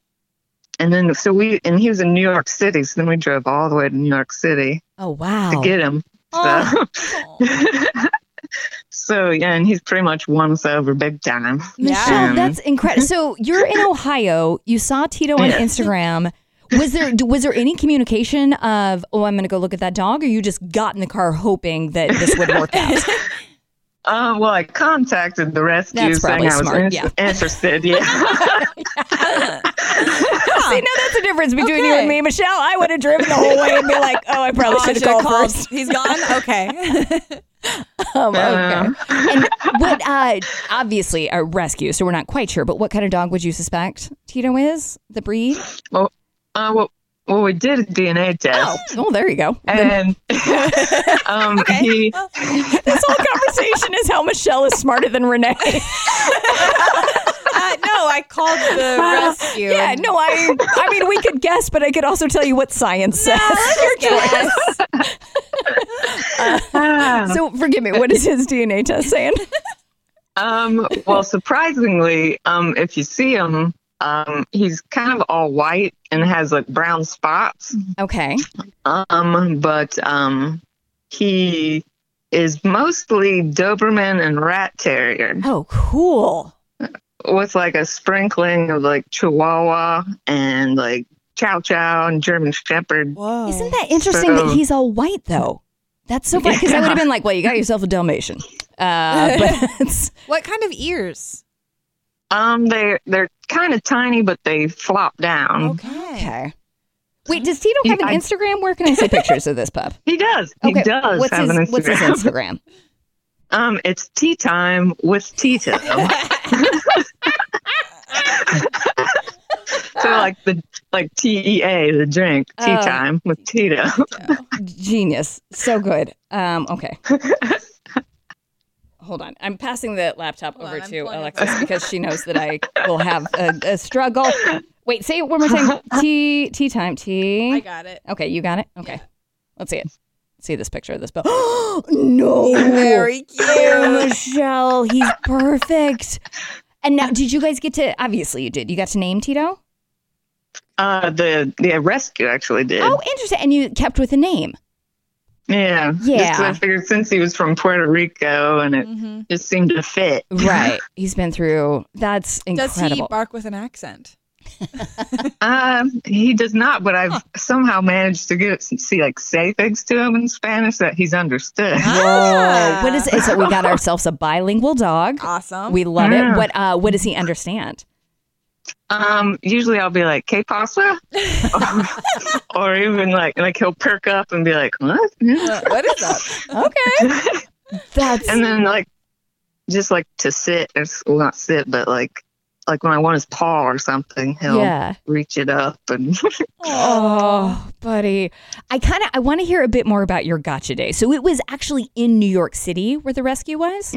M: and then so we and he was in new york city so then we drove all the way to new york city
C: Oh wow.
M: to get him so, Oh. so yeah and he's pretty much won us over big time
C: Michelle,
M: And-
C: that's incredible. So you're in Ohio. You saw Tito on
M: Yeah.
C: Instagram. Was there was there any communication of oh I'm going to go look at that dog, or you just got in the car hoping that this would work out?
M: Uh, well, I contacted the rescue
C: That's
M: saying
C: probably
M: I was
C: smart,
M: in-
C: yeah.
M: interested. Yeah.
C: See, now that's the difference between you and me, Michelle. I would have driven the whole way and be like, oh, I probably
J: Oh, I
C: should have
J: should've
C: called,
J: called.
C: first.
J: He's gone. Okay.
C: Um, okay.
M: Um.
C: and what, uh, obviously, a rescue, so we're not quite sure, but what kind of dog would you suspect Tito is? The breed?
M: Well, uh, well, well we did a DNA test.
C: Oh, well, there you go.
M: And um, he,
C: This whole conversation is how Michelle is smarter than Renee.
J: Uh, no, I called the rescue.
C: Uh, Yeah, no, I I mean we could guess, but I could also tell you what science says.
M: Ah.
C: Uh, so forgive me, what is his DNA test saying?
M: um, well, surprisingly, um, if you see him, um, he's kind of all white and has like brown spots.
C: Okay.
M: Um, but um, he is mostly Doberman and Rat Terrier.
C: Oh, cool.
M: With like a sprinkling of like Chihuahua and like Chow Chow and German Shepherd.
J: Whoa.
C: Isn't that interesting
M: um,
C: that he's all white though? That's so funny because I would have been like, well, you got yourself a Dalmatian. Uh, but
J: What kind of ears?
M: Um, they they're kind of tiny, but they flop down.
C: okay. Wait, does Tito have an
M: I-
C: Instagram? Where can I see pictures of this pup?
M: He does. He
C: Okay,
M: does
C: what's
M: have
C: his-
M: an Instagram.
C: what's his Instagram?
M: um, it's tea time with Tito. so like the like T E A the drink tea
C: Oh.
M: time with Tito.
C: Genius. So good. Um, okay. Hold on. I'm passing the laptop over to Alexis because she knows that I will have a, a struggle. Wait, say it one more time. Tea, tea time. Tea. I
J: got it.
C: Okay, you got it? Okay. Let's see it. see this picture of this pup. no.
J: Very cute.
C: Oh, Michelle, he's perfect. And now, did you guys get to, obviously you did. You got to name Tito?
M: Uh, the the rescue actually did.
C: Oh, interesting. And you kept with a name.
M: yeah, Just 'cause
C: yeah.
M: I figured since he was from Puerto Rico and it
C: Mm-hmm.
M: just seemed to fit.
C: Right. He's been through, that's
J: Does
C: incredible.
J: he bark with an accent?
M: Um, he does not, but I've somehow managed to get see like say things to him in Spanish that he's understood.
C: Whoa! Ah. What is it? So we got ourselves a bilingual dog.
J: Awesome.
C: We love
M: Yeah.
C: it. What uh what does he understand?
M: Um, usually I'll be like, "Que pasa?" or even like, like he'll perk up and be like, "What?"
J: what is that?
C: Okay. That's
M: And then like, just like to sit, or s- well, not sit, but like, like when I want his paw or something, he'll
C: Yeah.
M: reach it up and.
C: Oh, buddy. I kind of I want to hear a bit more about your gotcha day. So it was actually in New York City where the rescue was?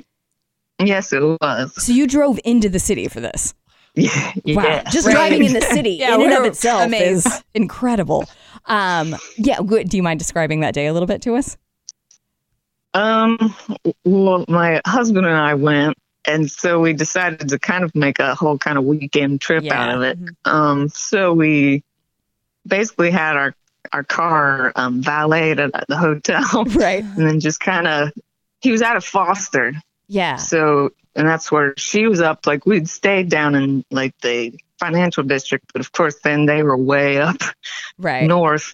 M: yes, it was.
C: So you drove into the city for this.
M: Yeah. yeah.
C: Wow. Just driving in the city
J: Yeah,
C: in and of
J: we're
C: itself
J: amazed.
C: is incredible. Um yeah, good. Do you mind describing that day a little bit to us?
M: Um, well, my husband and I went, and so we decided to kind of make a whole kind of weekend trip out of it.
C: mm-hmm.
M: Um, so we basically had our our car um, valeted at the hotel,
C: right?
M: And then just kind of he was out of foster,
C: Yeah.
M: so and that's where she was up. Like we'd stayed down in like the financial district, but of course then they were way up
C: Right. Mm-hmm.
M: north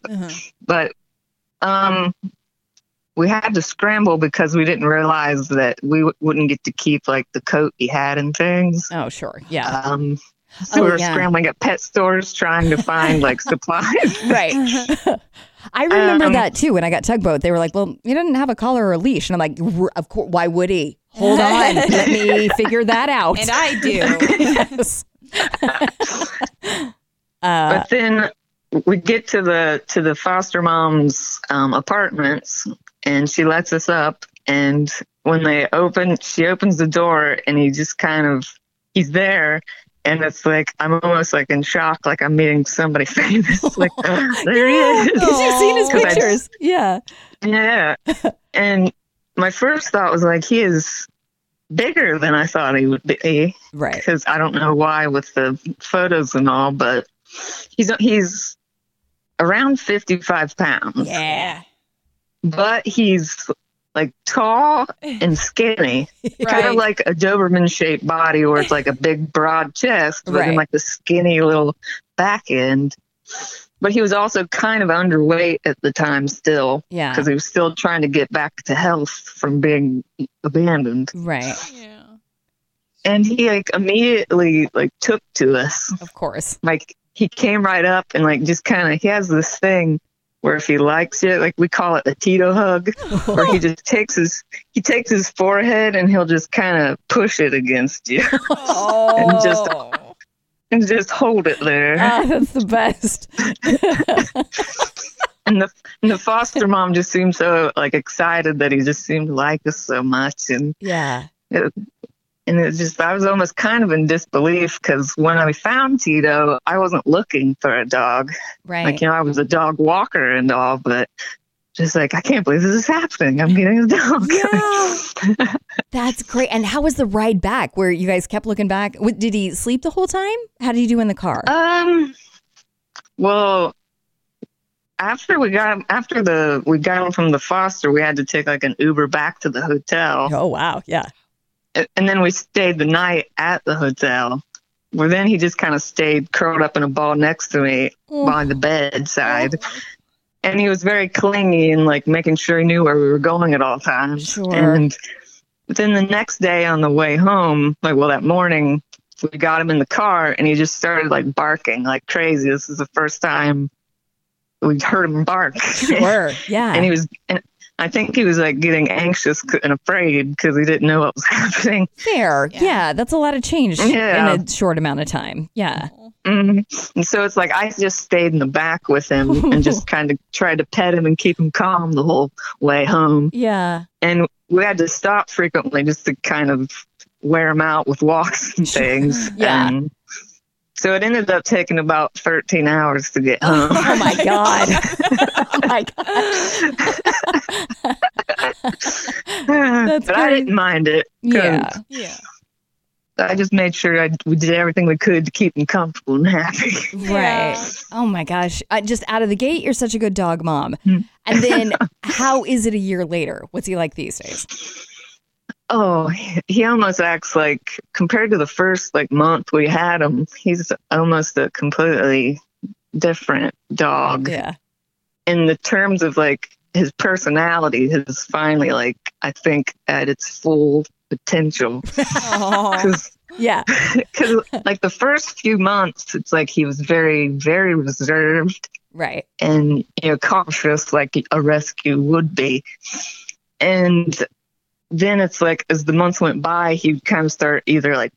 M: but um we had to scramble because we didn't realize that we w- wouldn't get to keep like the coat he had and things
C: oh sure yeah
M: um so
C: Oh,
M: we were
C: yeah.
M: scrambling at pet stores trying to find like supplies
C: right. I remember
M: Um,
C: that too when I got tugboat. They were like, "Well, he didn't have a collar or a leash," and I'm like, "R- "Of course, why would he? Hold on, let me figure that out."
J: And I do.
C: yes. uh,
M: but then we get to the to the foster mom's um, apartments and she lets us up and when they open she opens the door and he just kind of he's there and it's like I'm almost like in shock, like I'm meeting somebody famous. like there he is.
C: because you've seen his
M: 'Cause I-
C: pictures, yeah.
M: yeah. And my first thought was like he is bigger than I thought he would be.
C: Right.
M: Because I don't know why with the photos and all, but he's he's around fifty five pounds.
C: Eh.
J: Yeah.
M: But he's like tall and skinny. Kind
J: Right.
M: of like a Doberman shaped body where it's like a big broad chest, but then
C: Right.
M: like the skinny little back end. But he was also kind of underweight at the time still.
C: Yeah.
M: Because he was still trying to get back to health from being abandoned.
C: Right.
M: And he like immediately like took to us.
C: Of course.
M: Like he came right up and like just kind of he has this thing where if he likes it, like we call it the Tito hug, where he just takes his he takes his forehead and he'll just kind of push it against you and just and just hold it there.
C: Oh. Ah, that's the best.
M: and the and the foster mom just seemed so like excited that he just seemed to like us so much and
C: yeah.
M: it, and it just I was almost kind of in disbelief because when we found Tito, I wasn't looking for a dog.
C: Right.
M: Like you know, I was a dog walker and all, but just like I can't believe this is happening. I'm getting a dog.
C: That's great. And how was the ride back where you guys kept looking back? W- Did he sleep the whole time? How did he do in the car?
M: Um, Well, after we got after the we got him from the foster, we had to take like an Uber back to the hotel.
C: Oh wow, yeah.
M: And, and then we stayed the night at the hotel. Where then he just kind of stayed curled up in a ball next to me
C: Oh.
M: by the bedside. And he was very clingy and like making sure he knew where we were going at all times.
C: Sure.
M: And but then the next day on the way home, like well that morning, we got him in the car and he just started like barking like crazy. This is the first time we heard him bark.
C: Sure. Yeah.
M: and he was and I think he was like getting anxious c- and afraid because he didn't know what was happening.
C: Fair. Yeah. that's a lot of change
M: Yeah.
C: in a short amount of time. Yeah.
M: hmm And so it's like I just stayed in the back with him and just kind of tried to pet him and keep him calm the whole way home.
C: Yeah.
M: And we had to stop frequently just to kind of wear him out with walks and things.
C: Yeah.
M: And so it ended up taking about 13 hours to get home.
C: Oh my god. oh my
M: god.
C: That's
M: but I didn't mind it. 'cause
C: Yeah. Yeah.
M: I just made sure I, we did everything we could to keep him comfortable and happy.
C: Right. Oh my gosh. I, just out of the gate, you're such a good dog mom. And then how is it a year later? What's he like these days?
M: Oh, he he almost acts like compared to the first like month we had him, he's almost a completely different dog.
C: Yeah.
M: In the terms of like his personality is finally like I think at its full potential.
C: yeah.
M: Cuz like the first few months it's like he was very very reserved
C: Right.
M: and you know cautious like a rescue would be and then it's like as the months went by he'd kind of start either like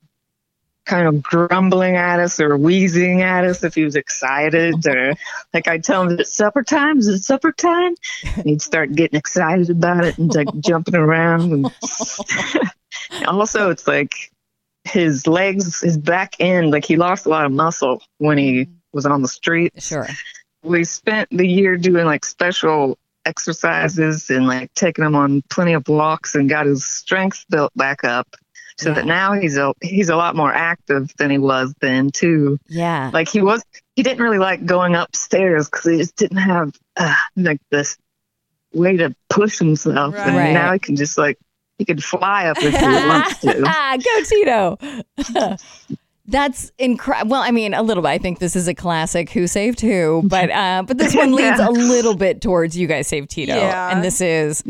M: kind of grumbling at us or wheezing at us if he was excited or like i'd tell him it's supper time is it supper time and he'd start getting excited about it and like jumping around and also it's like his legs his back end like he lost a lot of muscle when he was on the street
C: Mm-hmm. sure
M: we spent the year doing like special exercises and like taking him on plenty of walks and got his strength built back up so that now he's a he's a lot more active than he was then too
C: Yeah.
M: like he was he didn't really like going upstairs because he just didn't have uh, like this way to push himself and
C: Right.
M: now he can just like he can fly up if he wants to
C: Ah, Go Tito. That's incredible. Well, I mean, a little bit. I think this is a classic Who Saved Who, but uh, but this one leans
B: Yeah.
C: a little bit towards you guys saved Tito,
B: Yeah.
C: and this is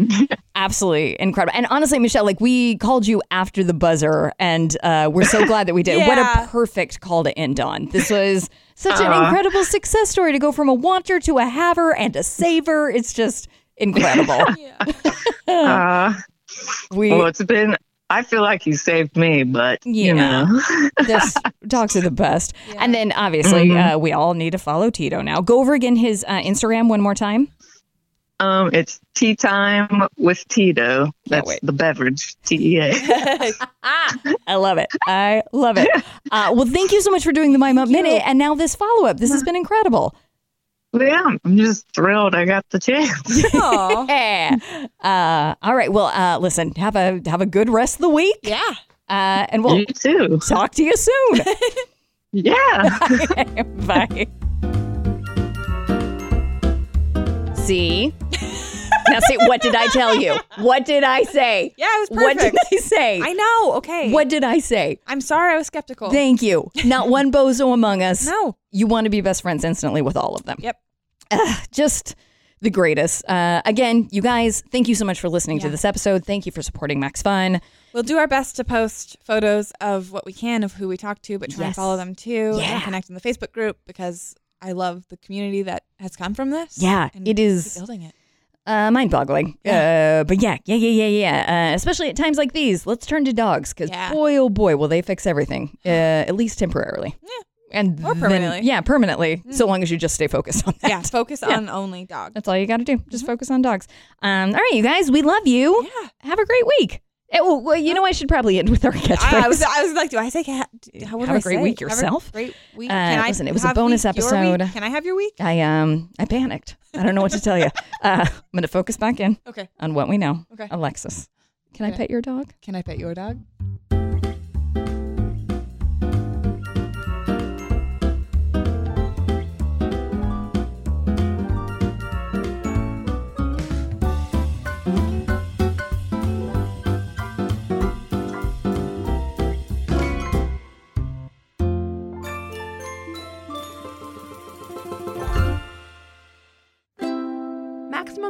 C: absolutely incredible. And honestly, Michelle, like we called you after the buzzer, and uh, we're so glad that we did. What
B: Yeah. Uh-huh.
C: a perfect call to end on. This was such an
B: Aw.
C: incredible success story to go from a wanter to a haver and a saver. It's just incredible.
M: uh,
C: we
M: well it's been i feel like he saved me but you
C: Yeah.
M: know
C: this dogs are the best. And then obviously,
M: Mhm.
C: uh, we all need to follow Tito now. Go over again his uh, Instagram one more time.
M: Um, it's tea time with Tito. That's the beverage. T E A.
C: I love it. I love it. Uh, well, thank you so much for doing the My Up Minute and now this follow up. This has been incredible.
M: Yeah, I'm just thrilled I got the chance.
C: yeah. Uh, all right. Well, uh, listen. Have a have a good rest of the week. Yeah. Uh, and we'll
M: You too.
C: talk to you soon.
M: yeah.
C: Bye. See? now see, what did I tell you? What did I say?
J: Yeah, it was
C: What did
J: perfect.
C: I say?
J: I know. Okay.
C: What did I say?
J: I'm sorry. I was skeptical.
C: Thank you. Not one bozo among us.
J: No.
C: You want to be best friends instantly with all of them.
J: Yep.
C: Ah, just the greatest. Uh, again, you guys, thank you so much for listening to
J: Yeah.
C: this episode. Thank you for supporting Max Fun.
J: We'll do our best to post photos of what we can of who we talk to, but try and
C: Yes.
J: follow them too
C: Yeah.
J: and connect in the Facebook group because
D: I love the community that has come from this.
C: Yeah,
D: and
C: it
D: keep
C: is-
D: building it.
C: Uh, mind boggling. Uh, but yeah, yeah, yeah, yeah, yeah. Uh, especially at times like these, let's turn to dogs because
D: Yeah.
C: boy, oh boy, will they fix everything, uh, at least temporarily. Yeah. And
D: Or
C: then-
D: permanently. Mm-hmm.
C: yeah, permanently, so long as you just stay focused on that.
D: Yeah, focus
C: Yeah.
D: on only dog. Mm-hmm.
C: That's all you got to do. Just focus on dogs. Um, all right, you guys, we love you. Yeah. Have a great week. Eh, well, well, you know, I should probably end with our catchphrase.
D: I, I was I was like, do I say cat? How would
C: Have
D: I
C: a great
D: say?
C: week
D: Have a
C: yourself.
D: great week.
C: Uh,
D: Can I
C: listen, it was a
D: have
C: bonus
D: week, your week?
C: episode.
D: Can I have your week?
C: I um I panicked. I don't know what to tell you. Uh, I'm gonna focus back in.
D: Okay.
C: On what we know.
D: Okay.
C: Alexis, can I pet your dog?
D: Can I pet your dog?
A: MaximumFun.org.